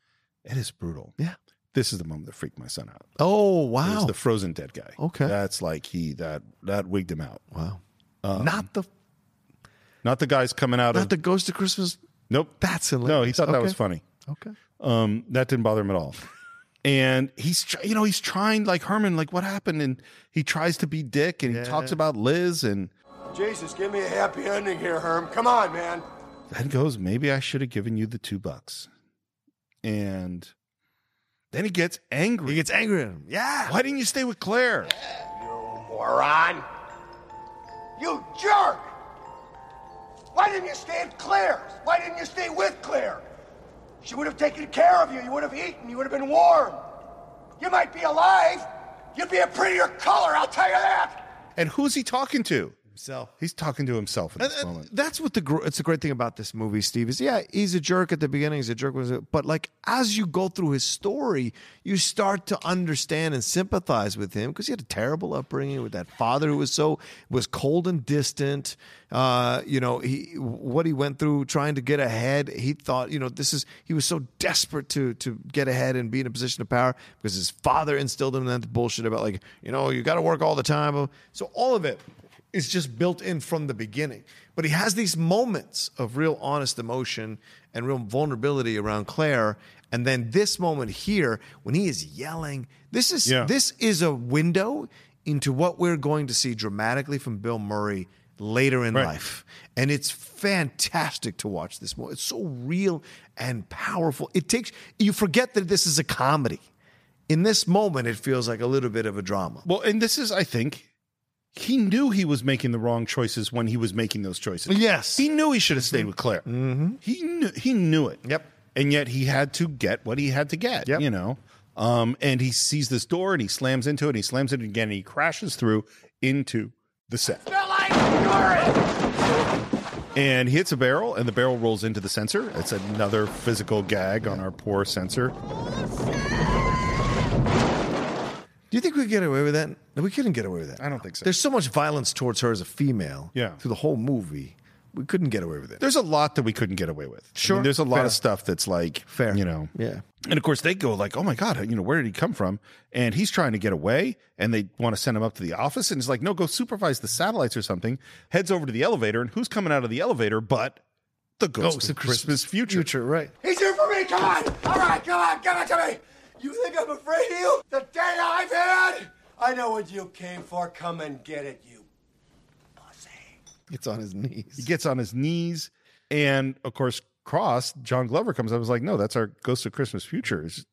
S2: It is brutal.
S1: Yeah.
S2: This is the moment that freaked my son out.
S1: Oh
S2: It was
S1: wow.
S2: the frozen dead guy.
S1: Okay.
S2: That's like he that that wigged him out.
S1: Wow.
S2: Um,
S1: not the
S2: not the guys coming out
S1: not
S2: of
S1: the Ghost of Christmas.
S2: Nope.
S1: That's
S2: No, he
S1: hilarious.
S2: thought that
S1: Okay.
S2: was funny.
S1: Okay.
S2: Um, that didn't bother him at all. And he's, tr- you know, he's trying like Herman, like what happened, and he tries to be Dick, and he talks about Liz, and
S17: Jesus, give me a happy ending here, Herm. Come on, man.
S2: then goes, maybe I should have given you the two bucks. And then he gets angry. He
S1: gets angry at him. Yeah.
S2: Why didn't you stay with Claire?
S3: Moron! You jerk! Why didn't you stay at Claire's? Why didn't you stay with Claire? She would have taken care of you. You would have eaten. You would have been warm. You might be alive. You'd be a prettier color, I'll tell you that.
S2: And who's he talking to?
S1: Himself.
S2: He's talking to himself in
S1: uh,
S2: this moment.
S1: That's what the gr- it's the great thing about this movie, Steve. Is yeah, he's a jerk at the beginning. He's a jerk, when he's a- but like as you go through his story, you start to understand and sympathize with him because he had a terrible upbringing with that father who was so was cold and distant. Uh, you know, he what he went through trying to get ahead. He thought, you know, this is he was so desperate to to get ahead and be in a position of power because his father instilled in him that bullshit about like you know you got to work all the time. So all of it is just built in from the beginning. But he has these moments of real honest emotion and real vulnerability around Claire. And then this moment here, when he is yelling, this is
S2: Yeah.
S1: this is a window into what we're going to see dramatically from Bill Murray later in
S2: Right.
S1: life. And it's fantastic to watch this movie. It's so real and powerful. It takes you forget that this is a comedy. In this moment, it feels like a little bit of a drama.
S2: Well, and this is, I think, he knew he was making the wrong choices when he was making those choices.
S22: Yes.
S2: He knew he should have stayed with Claire. He knew he knew it. Yep. And yet he had to get what he had to get, you know. Um, and he sees this door and he slams into it and he slams it again and he crashes through into the set. And hits a barrel and the barrel rolls into the sensor. It's another physical gag on our poor sensor.
S22: Do you think we could get away with that? No, we couldn't get away with that. I don't think so. There's so much violence towards her as a female. Yeah. Through the whole movie, we couldn't get away with it.
S2: There's a lot that we couldn't get away with. I
S22: Sure.
S2: mean, there's a lot
S22: Fair.
S2: of stuff that's like, fair. You know.
S22: Yeah.
S2: And of course, they go like, "Oh my god, you know, where did he come from?" And he's trying to get away, and they want to send him up to the office, and he's like, "No, go supervise the satellites or something." Heads over to the elevator, and who's coming out of the elevator but the ghost,
S22: Ghost
S2: of
S22: of
S2: Christmas, future.
S22: right?
S3: He's here for me. Come on. All right, come on. Give it to me. You think I'm afraid of you? The day I've had. I know what you came for. Come and get it, you.
S22: Gets on his knees.
S2: He gets on his knees, and of course, Cross John Glover comes up. and is like, "No, that's our Ghost of Christmas Future." He's,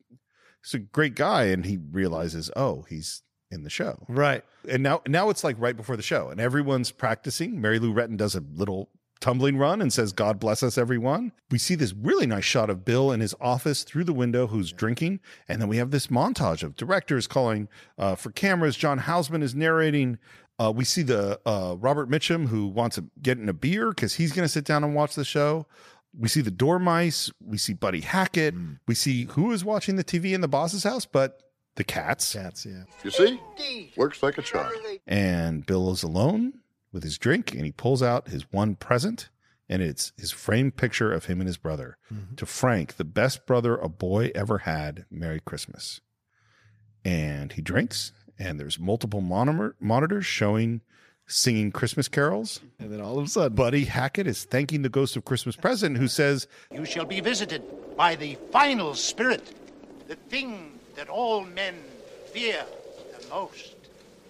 S2: he's a great guy, and he realizes, "Oh, he's in the show,
S22: right?"
S2: And now, now it's like right before the show, and everyone's practicing. Mary Lou Retton does a little tumbling run and says, "God bless us, everyone." We see this really nice shot of Bill in his office through the window, who's drinking, and then we have this montage of directors calling uh, for cameras. John Hausman is narrating. Uh, we see the uh, Robert Mitchum who wants to get in a beer because he's going to sit down and watch the show. We see the Dormice. We see Buddy Hackett. We see who is watching the TV in the boss's house, but the cats.
S22: Cats, yeah.
S9: You see? Works like a charm.
S2: And Bill is alone with his drink and he pulls out his one present and it's his framed picture of him and his brother
S22: Mm-hmm.
S2: to Frank, the best brother a boy ever had. Merry Christmas. And he drinks and there's multiple monitor- monitors showing singing Christmas carols.
S22: And then all of a sudden,
S2: Buddy Hackett is thanking the ghost of Christmas present who says,
S10: You shall be visited by the final spirit, the thing that all men fear the most,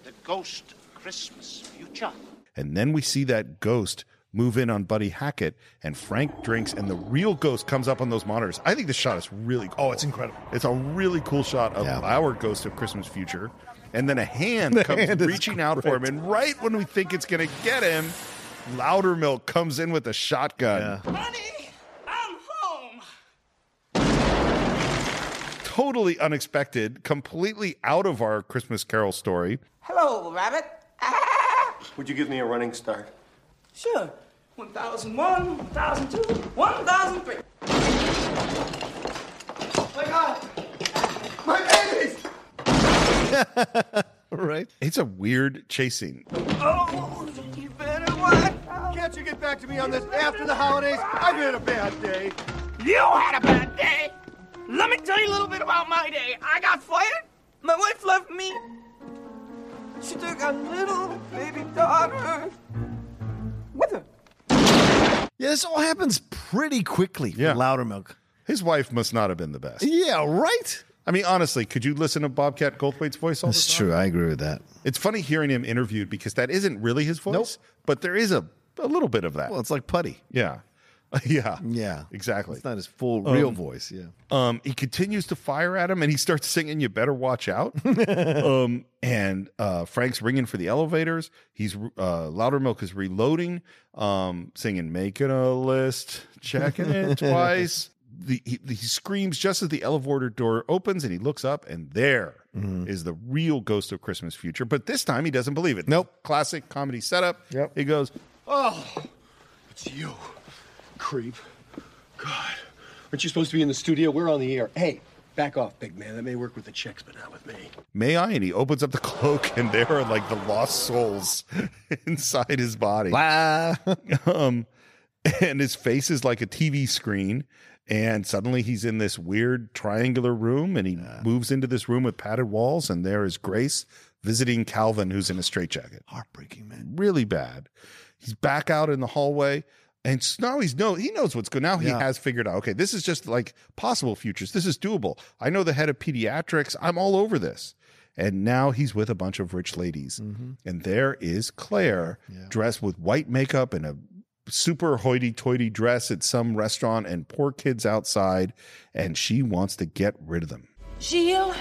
S10: the ghost Christmas future.
S2: And then we see that ghost move in on Buddy Hackett, and Frank drinks, and the real ghost comes up on those monitors. I think the shot is really cool. Oh, it's incredible. It's a really cool shot of our ghost of Christmas future. And then a hand
S22: The
S2: comes
S22: hand is
S2: reaching out for him,
S22: great.
S2: and right when we think it's going to get him, Loudermilk comes in with a shotgun. Totally unexpected, completely out of our Christmas Carol story.
S11: Hello, Rabbit. Ah!
S2: Would you give me a running start?
S11: Sure. 1001, 1002, 1003.
S3: My God. My babies.
S22: right?
S2: It's a weird chasing.
S3: Oh, you better what? Can't you get back to me on this after the holidays? I've had a bad day.
S11: You had a bad day. Let me tell you a little bit about my day. I got fired. My wife left me. She took our little baby daughter.
S22: Yeah, this all happens pretty quickly. Yeah. Loudermilk.
S2: His wife must not have been the best.
S22: Yeah, right?
S2: I mean, honestly, could you listen to Bobcat Goldthwait's voice all the
S22: That's
S2: time?
S22: true. I agree with that.
S2: It's funny hearing him interviewed because that isn't really his voice, but there is a, a little bit of that. Well,
S22: it's like putty.
S2: Yeah. yeah.
S22: Yeah.
S2: Exactly. It's
S22: not his full real
S2: Um,
S22: voice. Yeah.
S2: Um, he continues to fire at him and he starts singing, You Better Watch Out. um, and uh, Frank's ringing for the elevators. He's uh, Loudermilk is reloading, um, singing, Making a list, checking it twice. The, he, he screams just as the elevator door opens and he looks up, and there is the real ghost of Christmas future. But this time he doesn't believe it. Nope. Classic comedy setup. Yep. He goes,
S3: Oh, it's you, creep. God, aren't you supposed to be in the studio? We're on the air. Hey, back off, big man. That may work with the chicks, but not with me.
S2: May I? And he opens up the cloak, and there are like the lost souls inside his body. um, and his face is like a TV screen. And suddenly he's in this weird triangular room, and he moves into this room with padded walls. And there is Grace visiting Calvin, who's in a straitjacket. Heartbreaking, man. Really bad. He's back out in the hallway. And s- now he's no, he knows what's going. Now he
S22: Yeah.
S2: has figured out. Okay, this is just like possible futures. This is doable. I know the head of pediatrics. I'm all over this. And now he's with a bunch of rich ladies,
S22: Mm-hmm.
S2: and there is Claire dressed with white makeup and a super hoity-toity dress at some restaurant, and poor kids outside, and she wants to get rid of them.
S4: Gilles,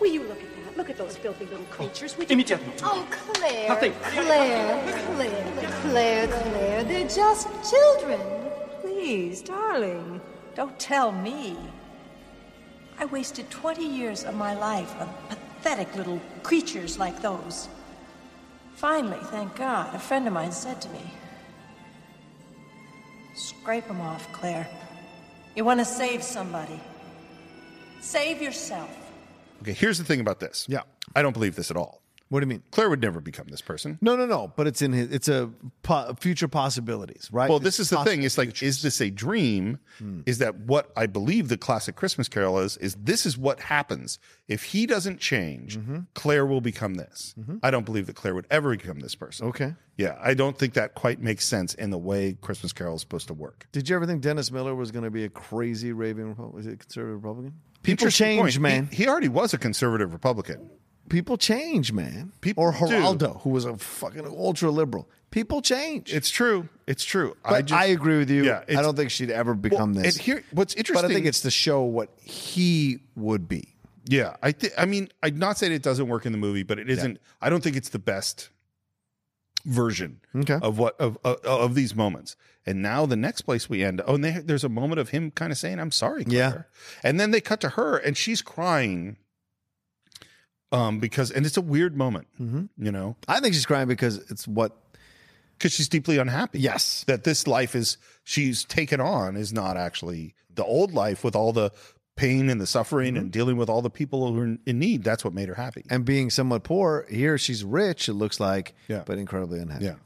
S4: will you look at that? Look
S21: at those filthy little creatures. Would you...
S11: Immediately.
S18: Oh, Claire.
S21: Nothing.
S18: Claire, Claire, Claire, Claire. They're just children.
S4: Please, darling, don't tell me. I wasted 20 years of my life on pathetic little creatures like those. Finally, thank God, a friend of mine said to me, Scrape them off, Claire. You want to save somebody. Save yourself.
S2: Okay, here's the thing about this.
S22: Yeah.
S2: I don't believe this at all.
S22: What do you mean?
S2: Claire would never become this person.
S22: No, no, no. But it's in his. It's a po- future possibilities, right?
S2: Well, this is the
S22: possi-
S2: thing. It's like, is this a dream?
S22: Hmm.
S2: Is that what I believe the classic Christmas Carol is? Is this is what happens if he doesn't change?
S22: Mm-hmm.
S2: Claire will become this. I don't believe that Claire would ever become this person.
S22: Okay.
S2: Yeah, I don't think that quite makes sense in the way Christmas Carol is supposed to work.
S22: Did you ever think Dennis Miller was going to be a crazy raving Republican? Was it conservative Republican?
S2: People
S22: People change,
S2: Point,
S22: man.
S2: He, he already was a conservative Republican.
S22: People change, man. People or Geraldo, who was a fucking ultra liberal. People change.
S2: It's true. It's true.
S22: But I,
S2: just-
S22: agree with you.
S2: Yeah, it's-
S22: I don't think she'd ever become
S2: Well,
S22: this.
S2: and here- what's
S22: But I
S2: interesting-
S22: think it's to show what he would be.
S2: Yeah, I think. I mean, I'm not saying it doesn't work in the movie, but it isn't. I don't think it's the best version
S22: Okay.
S2: of what of, of of these moments. And now the next place we end. Oh, and they, there's a moment of him kind of saying, "I'm sorry." Claire. Yeah. And then they cut to her, and she's crying. Um, because and it's a weird moment,
S22: Mm-hmm.
S2: you know,
S22: I think she's crying because it's what.
S2: because she's deeply unhappy.
S22: Yes.
S2: that this life is she's taken on is not actually the old life with all the pain and the suffering
S22: Mm-hmm.
S2: and dealing with all the people who are in- in need. That's what made her happy.
S22: And being somewhat poor, here she's rich, it looks like,
S2: Yeah.
S22: but incredibly unhappy.
S2: Yeah.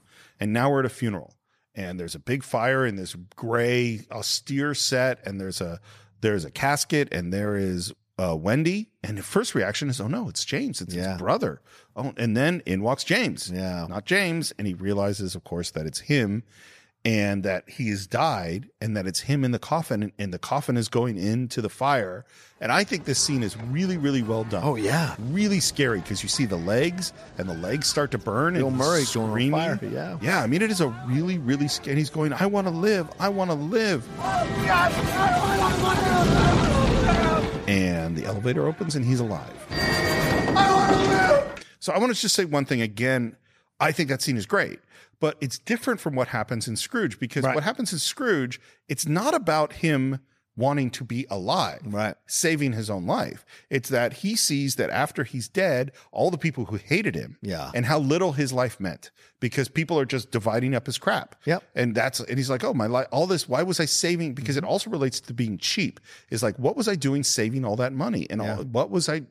S2: And now we're at a funeral and there's a big fire in this gray austere set and there's a there's a casket and there is uh, Wendy and the first reaction is oh no it's James it's
S22: Yeah.
S2: his brother oh and then in walks James
S22: Yeah.
S2: not James and he realizes of course that it's him and that he has died and that it's him in the coffin and, and the coffin is going into the fire and I think this scene is really really well done
S22: Oh, yeah.
S2: really scary because you see the legs and the legs start to burn
S22: Bill
S2: and
S22: Murray going on
S2: screaming
S22: fire, yeah.
S2: yeah, I mean, it is a really, really scary. And he's going, I want to live. I want to live. And the elevator opens and he's alive. So I want to just say one thing again. I think that scene is great, but it's different from what happens in Scrooge because
S22: Right.
S2: what happens in Scrooge, it's not about him wanting to be alive,
S22: Right.
S2: saving his own life. It's that he sees that after he's dead, all the people who hated him
S22: Yeah.
S2: and how little his life meant because people are just dividing up his crap.
S22: Yep.
S2: And that's and he's like, "Oh, my life all this why was I saving because it also relates to being cheap. Is like, what was I doing saving all that money and all what was I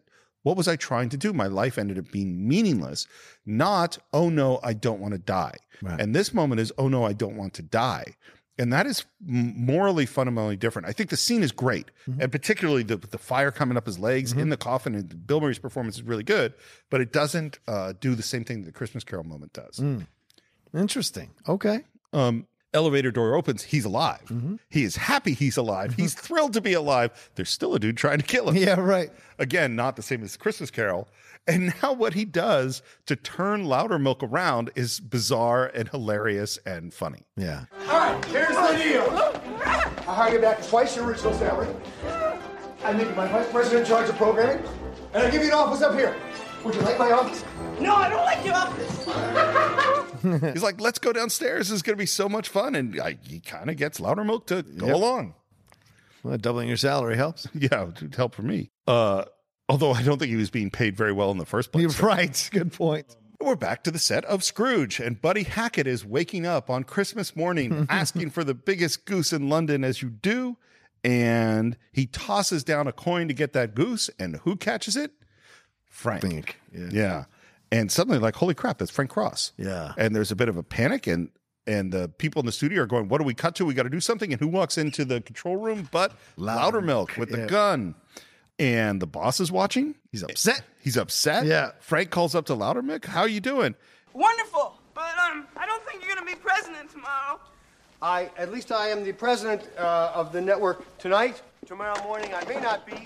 S2: what was I trying to do? My life ended up being meaningless, not oh no, I don't want to die.
S22: Right.
S2: And this moment is oh no, I don't want to die. And that is m- morally fundamentally different. I think the scene is great, and particularly the the fire coming up his legs in the coffin. And Bill Murray's performance is really good, but it doesn't uh, do the same thing that the Christmas Carol moment does.
S22: Interesting. Okay.
S2: Um, elevator door opens. He's alive.
S22: Mm-hmm.
S2: He is happy. He's alive. He's thrilled to be alive. There's still a dude trying to kill him.
S22: Yeah, right.
S2: Again, not the same as Christmas Carol. And now what he does to turn Loudermilk around is bizarre and hilarious and funny.
S22: Yeah.
S13: All right, here's the deal. I hire you back at twice your original salary. I make you my vice president in charge of programming, and I give you an office up here. Would you like my office?
S11: No, I don't like your office.
S2: He's like, let's go downstairs. This is going to be so much fun. And I, he kind of gets louder milk to go
S22: Yep.
S2: along.
S22: Well, doubling your salary helps.
S2: Yeah, it would help for me. Uh, although I don't think he was being paid very well in the first place.
S22: You're right. Good point.
S2: We're back to the set of Scrooge, and Buddy Hackett is waking up on Christmas morning asking for the biggest goose in London as you do. And he tosses down a coin to get that goose, and who catches it? Frank.
S22: Think. Yeah.
S2: Yeah. And suddenly, like, holy crap, that's Frank Cross.
S22: Yeah.
S2: And there's a bit of a panic, and and the people in the studio are going, What do we cut to? We got to do something. And who walks into the control room but
S22: Louder-
S2: Loudermilk with the
S22: yeah.
S2: gun? And the boss is watching. He's upset. He's upset.
S22: Yeah.
S2: Frank calls up to Loudermilk. How you doing?
S11: Wonderful, but um, I don't think you're gonna be president tomorrow.
S3: I, at least I am the president uh, of the network tonight. Tomorrow morning I may not be. uh,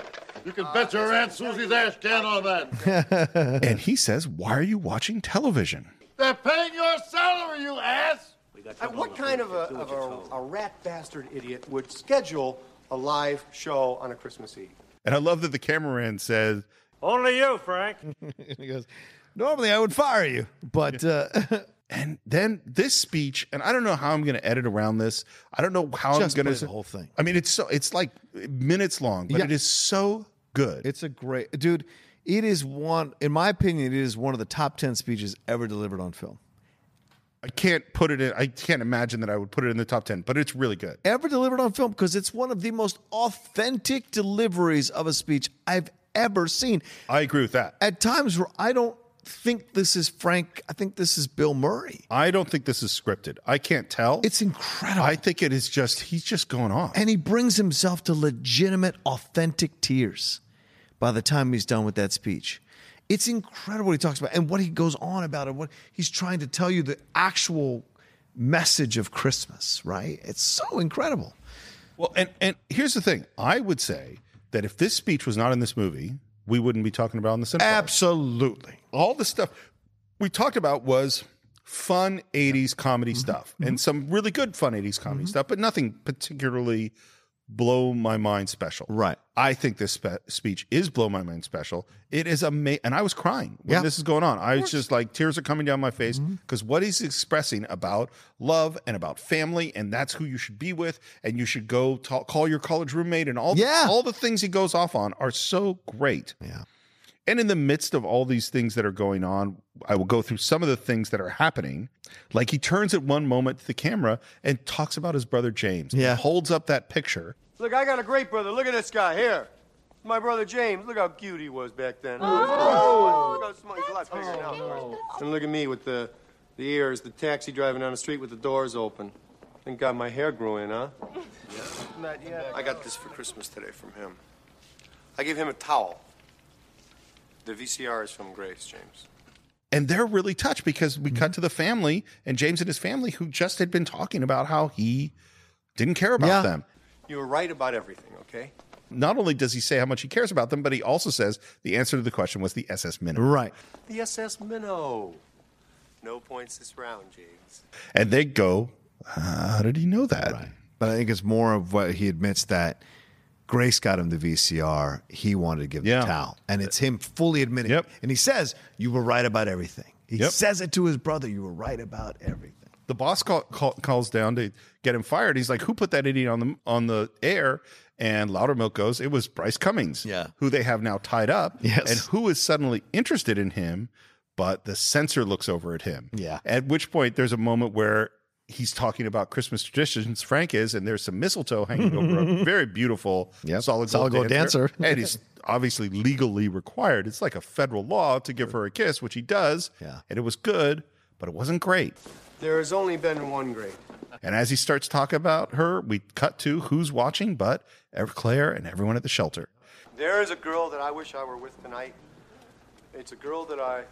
S9: You can bet your Aunt Susie's ass can on that.
S2: and he says, Why are you watching television?
S9: They're paying your salary, you ass!
S3: Uh, what kind of, a, of a, a rat bastard idiot would schedule a live show on a Christmas Eve?
S2: And I love that the cameraman says,
S6: Only you, Frank.
S1: he goes, Normally I would fire you, but uh,
S2: and then this speech, and I don't know how I'm going to edit around this. I don't know how
S1: Just
S2: I'm going
S1: play the whole thing.
S2: I mean, it's so it's like minutes long, but
S1: Yeah.
S2: it is so good.
S1: It's a great dude. It is one, in my opinion, it is one of the top ten speeches ever delivered on film.
S2: I can't put it in. I can't imagine that I would put it in the top ten, but it's really good.
S1: Ever delivered on film because it's one of the most authentic deliveries of a speech I've ever seen.
S2: I agree with that.
S1: At times where I don't think this is Frank, I think this is Bill Murray.
S2: I don't think this is scripted. I can't tell.
S1: It's incredible.
S2: I think it is just he's just going off.
S1: And he brings himself to legitimate, authentic tears by the time he's done with that speech. It's incredible what he talks about and what he goes on about and what he's trying to tell you the actual message of Christmas, right? It's so incredible.
S2: Well, and and here's the thing. I would say that if this speech was not in this movie, we wouldn't be talking about it in the cinema.
S1: Absolutely.
S2: All the stuff we talked about was fun 80s comedy
S1: Mm-hmm.
S2: stuff and some really good fun 80s comedy stuff, but nothing particularly blow my mind special.
S1: Right.
S2: I think this spe- speech is blow my mind special. It is amazing. And I was crying when
S1: Yeah. Mm-hmm.
S2: this is going on. I was just like, tears are coming down my face because what he's expressing about love and about family, and that's who you should be with, and you should go talk, call your college roommate, and all
S1: Yeah.
S2: the, all the things he goes off on are so great.
S1: Yeah.
S2: And in the midst of all these things that are going on, I will go through some of the things that are happening. Like he turns at one moment to the camera and talks about his brother James. Yeah. holds up that picture.
S3: Look, I got a great brother. Look at this guy here. My brother James. Look how cute he was back then.
S18: Oh,
S3: look how smart. He's a lot bigger now. of course. And look at me with the, the ears, the taxi driving down the street with the doors open. Thank God my hair grew in, huh?
S17: Not yet.
S3: I got this for Christmas today from him. I gave him a towel. The VCR is from Grace, James.
S2: And they're really touched because we cut to the family and James and his family who just had been talking about how he didn't care about them.
S3: You were right about everything, okay?
S2: Not only does he say how much he cares about them, but he also says the answer to the question was the SS Minnow.
S1: Right.
S3: The SS Minnow. No points this round, James.
S2: And they go, How did he know that?
S1: But I think it's more of what he admits that Grace got him the VCR. He wanted to give the towel. And it's him fully admitting it. And he says, You were right about everything. He says it to his brother, You were right about everything.
S2: the boss call, call, calls down to get him fired. He's like, "Who put that idiot on the on the air?" And Loudermilk goes, "It was Bryce Cummings, yeah, who they have now tied up,
S1: Yes.
S2: and who is suddenly interested in him." But the censor looks over at him, yeah. At which point, there's a moment where he's talking about Christmas traditions. Frank is, and there's some mistletoe hanging over a very beautiful solid,
S1: solid
S2: gold
S1: gold dancer.
S2: and he's obviously legally required. It's like a federal law to give her a kiss, which he does, yeah. And it was good, but it wasn't great.
S3: There has only been one grade.
S2: And as he starts talking about her, we cut to who's watching, but Ev- Claire and everyone at the shelter.
S3: There is a girl that I wish I were with tonight. It's a girl that I,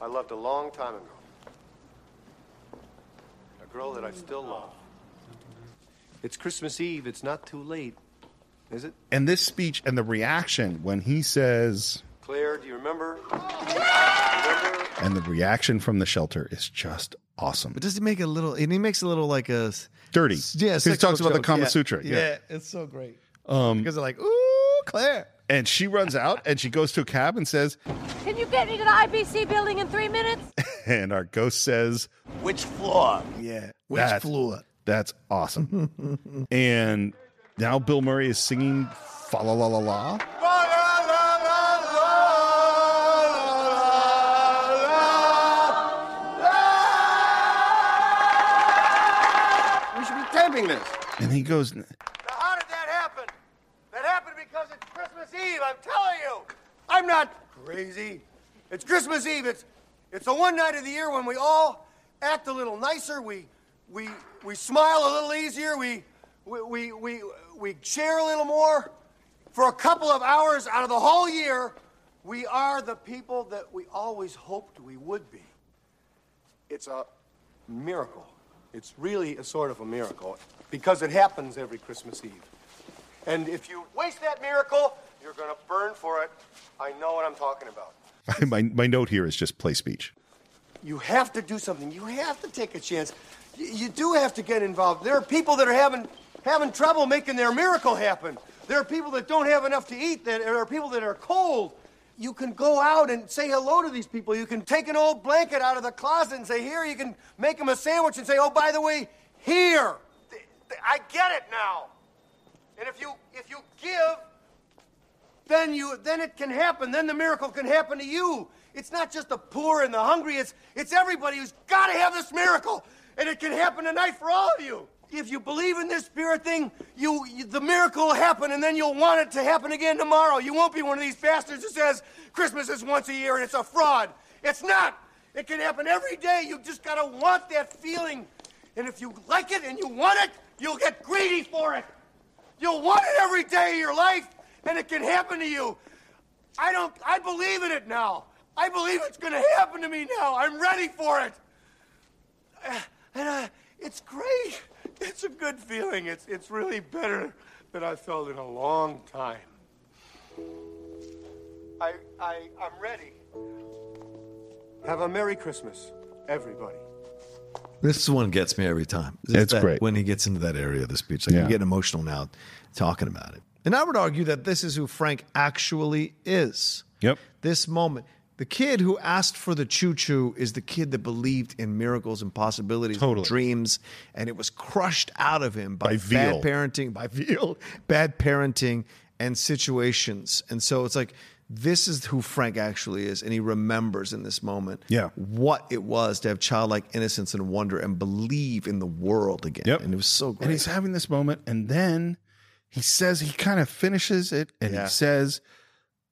S3: I loved a long time ago. A girl that I still love. It's Christmas Eve. It's not too late, is it?
S2: And this speech and the reaction when he says,
S3: Claire, do you remember?
S2: and the reaction from the shelter is just awesome.
S1: But does he make a little, and he makes a little like a s-
S2: Dirty.
S1: s- Yeah.
S2: 'Cause he
S1: sexual
S2: talks about the
S1: joke.
S2: Kama
S1: Yeah.
S2: Sutra, yeah.
S1: It's so great.
S2: Um,
S1: Because they're like, Ooh, Claire.
S2: and she runs out and she goes to a cab and says,
S18: Can you get me to the IBC building in three minutes?
S2: and our ghost says,
S20: Which floor?
S1: Yeah.
S20: Which
S1: floor?
S2: That's awesome. and now Bill Murray is singing Fa La La La La.
S3: We should be taping this.
S2: And he goes,
S3: How did that happen? That happened because it's Christmas Eve, I'm telling you. I'm not crazy. It's Christmas Eve. It's it's the one night of the year when we all act a little nicer. We we we smile a little easier. We we we we, we share a little more. For a couple of hours out of the whole year, we are the people that we always hoped we would be. It's a miracle. It's really a sort of a miracle because it happens every Christmas Eve. And if you waste that miracle, you're going to burn for it. I know what I'm talking about.
S2: my, my note here is just play speech.
S3: You have to do something. You have to take a chance. Y- You do have to get involved. There are people that are having having trouble making their miracle happen. There are people that don't have enough to eat. That there are people that are cold. you can go out and say hello to these people. You can take an old blanket out of the closet and say, Here, you can make them a sandwich and say, Oh, by the way, here. Th- th- I get it now. And if you if you give, then you then it can happen. Then the miracle can happen to you. It's not just the poor and the hungry, it's it's everybody who's gotta have this miracle. And it can happen tonight for all of you. If you believe in this spirit thing, you, you the miracle will happen and then you'll want it to happen again tomorrow. You won't be one of these bastards who says Christmas is once a year and it's a fraud. It's not. It can happen every day. You just gotta want that feeling. And if you like it and you want it, you'll get greedy for it. You'll want it every day of your life, and it can happen to you. I don't. I believe in it now. I believe it's going to happen to me now. I'm ready for it. Uh, And uh, it's great. It's a good feeling. It's it's really better than I felt in a long time. I I I'm ready. Have a merry Christmas, everybody.
S1: This one gets me every time.
S7: It's
S1: that
S7: great.
S1: when he gets into that area of the speech. Like
S7: Yeah.
S1: I'm getting emotional now talking about it. And I would argue that this is who Frank actually is.
S2: Yep.
S1: This moment. The kid who asked for the choo choo is the kid that believed in miracles and possibilities, and
S2: Totally.
S1: dreams, and it was crushed out of him by,
S2: By
S1: bad
S2: veal.
S1: parenting, by veal, bad parenting and situations. And so it's like, this is who Frank actually is. And he remembers in this moment
S2: Yeah.
S1: what it was to have childlike innocence and wonder and believe in the world again. And it was so great.
S2: And he's having this moment, and then he says he kind of finishes it, and
S1: Yeah.
S2: he says,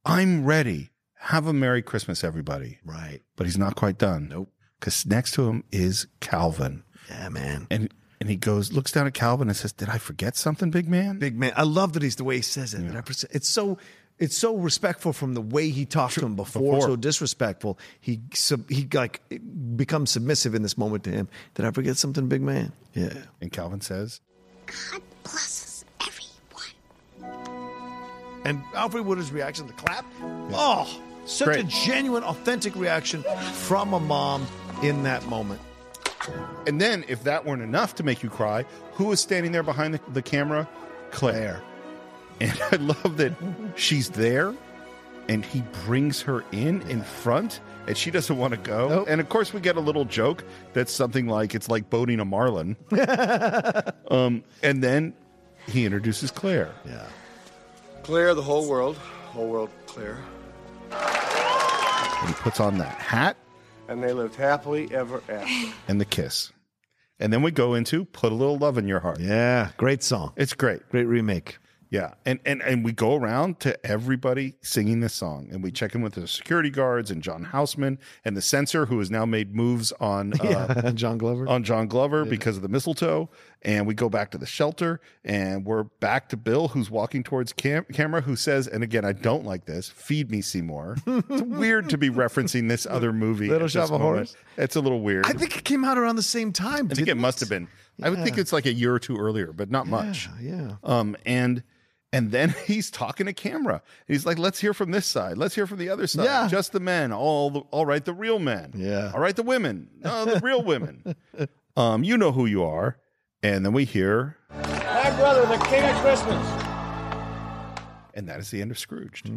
S2: "I'm ready. Have a Merry Christmas, everybody."
S1: Right.
S2: But he's not quite done.
S1: Nope.
S2: Because next to him is Calvin.
S1: Yeah, man.
S2: And and he goes, looks down at Calvin, and says, "Did I forget something, big man?"
S1: Big man. I love that he's the way he says it. that I perce- It's so it's so respectful from the way he talked to him before,
S2: Before.
S1: so disrespectful. He sub, he like becomes submissive in this moment to him. Did I forget something, big man? Yeah.
S2: And Calvin says,
S1: And Alfred Woodard's reaction, the clap. Oh, such a genuine, authentic reaction from a mom in that moment.
S2: And then, if that weren't enough to make you cry, who is standing there behind the, the camera? Claire. And I love that she's there and he brings her in in front and she doesn't want to go. And of course, we get a little joke that's something like it's like boating a marlin. um, and then he introduces Claire.
S1: Yeah.
S3: Clear the whole world. Whole world clear.
S2: And he puts on that hat
S3: And they lived happily ever after.
S2: and the kiss. And then we go into Put a Little Love in Your Heart.
S1: Yeah. Great song.
S2: It's great.
S1: Great remake.
S2: Yeah, and and and we go around to everybody singing this song, and
S1: Mm-hmm.
S2: we check in with the security guards and John Houseman and the censor, who has now made moves on uh,
S1: John Glover.
S2: on John Glover because of the mistletoe. And we go back to the shelter, and we're back to Bill, who's walking towards cam- camera, who says, and again, I don't like this. Feed me, Seymour. it's weird to be referencing this other movie.
S1: Little
S2: at
S1: Shop
S2: this
S1: of
S2: moment.
S1: Horrors?
S2: It's a little weird.
S1: I think it came out around the same time.
S2: I think it
S1: didn't
S2: must have been. I would think
S1: Yeah.
S2: it's like a year or two earlier, but not much.
S1: Yeah.
S2: Um, and and then he's talking to camera. He's like, "Let's hear from this side. Let's hear from the other side.
S1: Yeah.
S2: Just the men. All the, all right, the real men.
S1: Yeah.
S2: All right, the women. No, the real women. Um, you know who you are." And then we hear,
S25: My brother, the king of Christmas.
S2: and that is the end of Scrooged.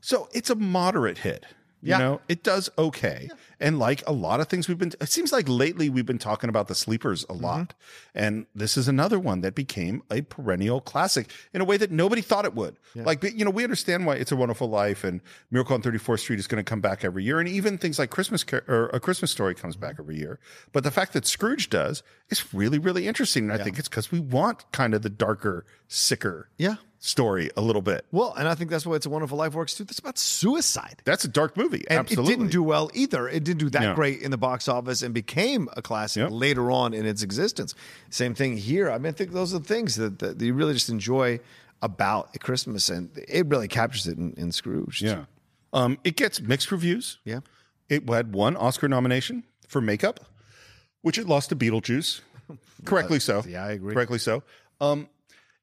S2: So it's a moderate hit. You know, it does okay. And like a lot of things we've been, it seems like lately we've been talking about the sleepers a
S1: Mm-hmm.
S2: lot. And this is another one that became a perennial classic in a way that nobody thought it would. Like, but, you know, we understand why It's a Wonderful Life and Miracle on 34th Street is going to come back every year. And even things like Christmas Car- or A Christmas Story comes
S1: Mm-hmm.
S2: back every year. But the fact that Scrooge does is really, really interesting. And I think it's because we want kind of the darker, sicker
S1: Yeah.
S2: story a little bit.
S1: Well, and I think that's why It's a Wonderful Life works too. That's about suicide.
S2: That's a dark movie.
S1: And
S2: Absolutely.
S1: it didn't do well either. It didn't do that
S2: No.
S1: great in the box office and became a classic later on in its existence. Same thing here. I mean, I think those are the things that, that you really just enjoy about Christmas, and it really captures it in, in Scrooge.
S2: Yeah. Um, it gets mixed reviews.
S1: Yeah.
S2: It had one Oscar nomination for makeup, which it lost to Beetlejuice. Correctly so.
S1: Yeah, I agree.
S2: Correctly so. Um,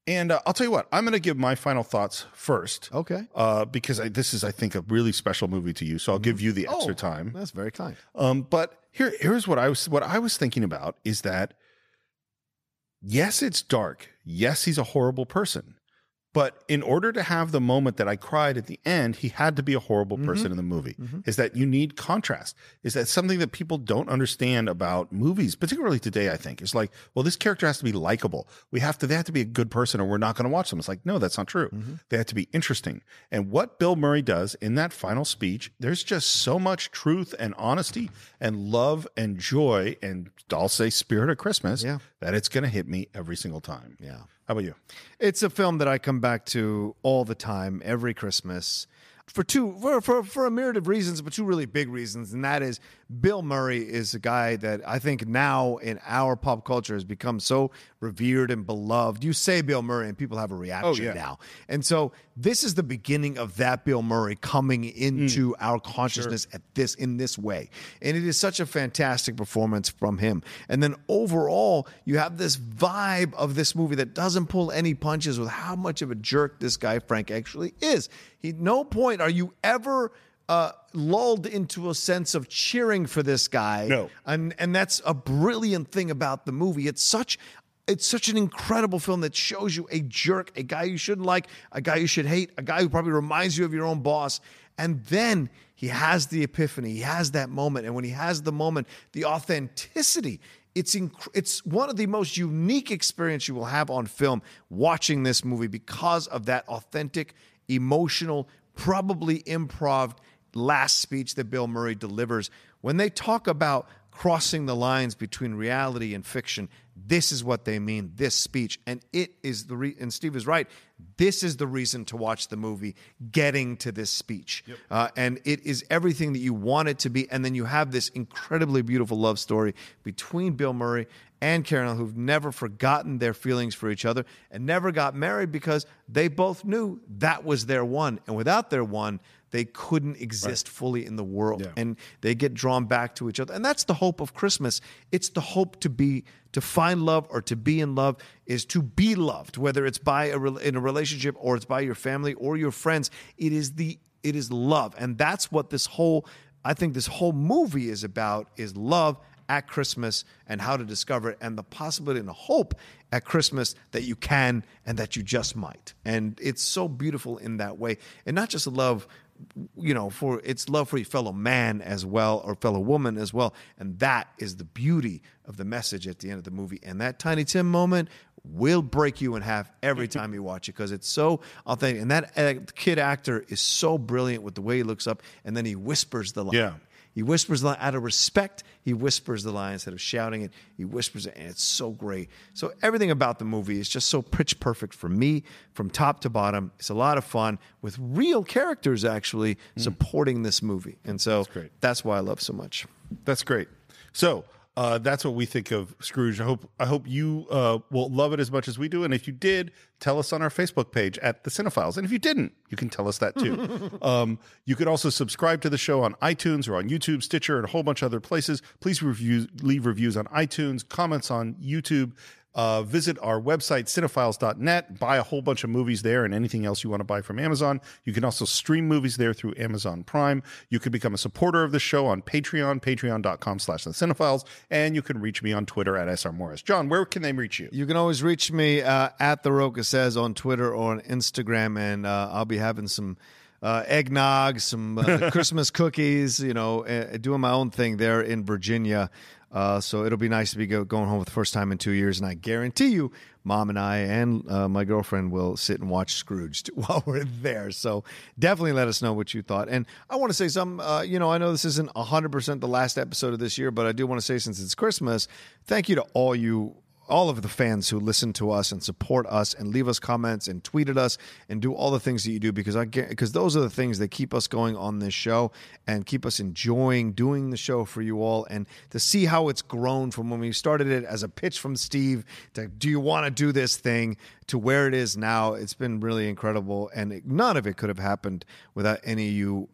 S2: and uh, I'll tell you what, I'm going to give my final thoughts first.
S1: Okay.
S2: Uh, because I, this is, I think, a really special movie to you. So I'll
S1: Mm-hmm.
S2: give you the
S1: Oh.
S2: extra time.
S1: That's very kind.
S2: Um, but here, here's what I was what I was thinking about is that yes, it's dark. Yes, he's a horrible person, But in order to have the moment that I cried at the end, he had to be a horrible person in the movie. Is that you need contrast? Is that something that people don't understand about movies, particularly today? I think is like, well, this character has to be likable. We have to, they have to be a good person, or we're not going to watch them. It's like, no, that's not true. They have to be interesting. And what Bill Murray does in that final speech, there's just so much truth and honesty and love and joy and I'll say spirit of Christmas that it's going to hit me every single time.
S1: Yeah.
S2: How about you?
S1: It's a film that I come back to all the time, every Christmas, for two for, for for a myriad of reasons, but two really big reasons, and that is Bill Murray is a guy that I think now in our pop culture has become so revered and beloved. You say Bill Murray, and people have a reaction
S22: yeah.
S1: now, and so this is the beginning of that Bill Murray coming into our consciousness at this in this way, and it is such a fantastic performance from him. And then overall, you have this vibe of this movie that doesn't pull any punches with how much of a jerk this guy Frank actually is. He no point are you ever uh, lulled into a sense of cheering for this guy. No, and and that's a brilliant thing about the movie. It's such. It's such an incredible film that shows you a jerk, a guy you shouldn't like, a guy you should hate, a guy who probably reminds you of your own boss. And then he has the epiphany, he has that moment. And when he has the moment, the authenticity it's inc- it's one of the most unique experience you will have on film watching this movie because of that authentic, emotional, probably improv last speech that Bill Murray delivers. When they talk about crossing the lines between reality and fiction, this is what they mean. This speech, and it is the re- and Steve is right. This is the reason to watch the movie. Getting to this speech, uh, and it is everything that you want it to be. And then you have this incredibly beautiful love story between Bill Murray and Karen, who've never forgotten their feelings for each other and never got married because they both knew that was their one. And without their one, they couldn't exist fully in the world. And they get drawn back to each other. And that's the hope of Christmas. It's the hope to be to find love or to be in love is to be loved, whether it's by a rel- in a relationship or it's by your family or your friends. It is the it is love, and that's what this whole I think this whole movie is about is love at Christmas and how to discover it and the possibility and the hope at Christmas that you can and that you just might. And it's so beautiful in that way, and not just love. You know, for it's love for your fellow man as well or fellow woman as well, and that is the beauty of the message at the end of the movie. And that Tiny Tim moment will break you in half every time you watch it because it's so authentic. And that uh, kid actor is so brilliant with the way he looks up and then he whispers the line.
S2: Yeah.
S1: He whispers the line out of respect. He whispers the line instead of shouting it. He whispers it, and it's so great. So everything about the movie is just so pitch perfect for me, from top to bottom. It's a lot of fun with real characters actually supporting this movie, and so that's, why I love so much.
S2: That's great. So uh, that's what we think of Scrooge. I hope I hope you uh, will love it as much as we do. And if you did, tell us on our Facebook page at the Cinephiles. And if you didn't, you can tell us that too. um, you can also subscribe to the show on iTunes or on YouTube, Stitcher, and a whole bunch of other places. Please review, leave reviews on iTunes, comments on YouTube. Uh, visit our website, cinephiles.net, buy a whole bunch of movies there and anything else you want to buy from Amazon. You can also stream movies there through Amazon Prime. You can become a supporter of the show on Patreon, patreon.com slash the cinephiles, and you can reach me on Twitter at SR Morris. John, where can they reach you?
S1: You can always reach me uh, at the Roca says on Twitter or on Instagram, and uh, I'll be having some uh, eggnog, some uh, Christmas cookies. You know, uh, doing my own thing there in Virginia. Uh, so it'll be nice to be go- going home for the first time in two years, and I guarantee you, Mom and I and uh, my girlfriend will sit and watch Scrooged while we're there. So definitely let us know what you thought. And I want to say some, uh, you know, I know this isn't 100% the last episode of this year, but I do want to say since it's Christmas, thank you to all you all of the fans who listen to us and support us and leave us comments and tweet at us and do all the things that you do because I because those are the things that keep us going on this show and keep us enjoying doing the show for you all and to see how it's grown from when we started it as a pitch from Steve to do you want to do this thing to where it is now it's been really incredible and it- none of it could have happened without any of you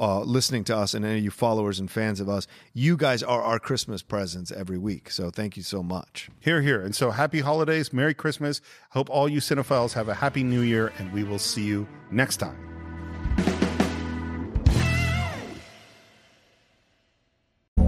S1: uh, listening to us and any of you followers and fans of us, you guys are our Christmas presents every week. So thank you so much.
S2: Here, here. And so happy holidays, Merry Christmas. Hope all you cinephiles have a happy new year, and we will see you next time.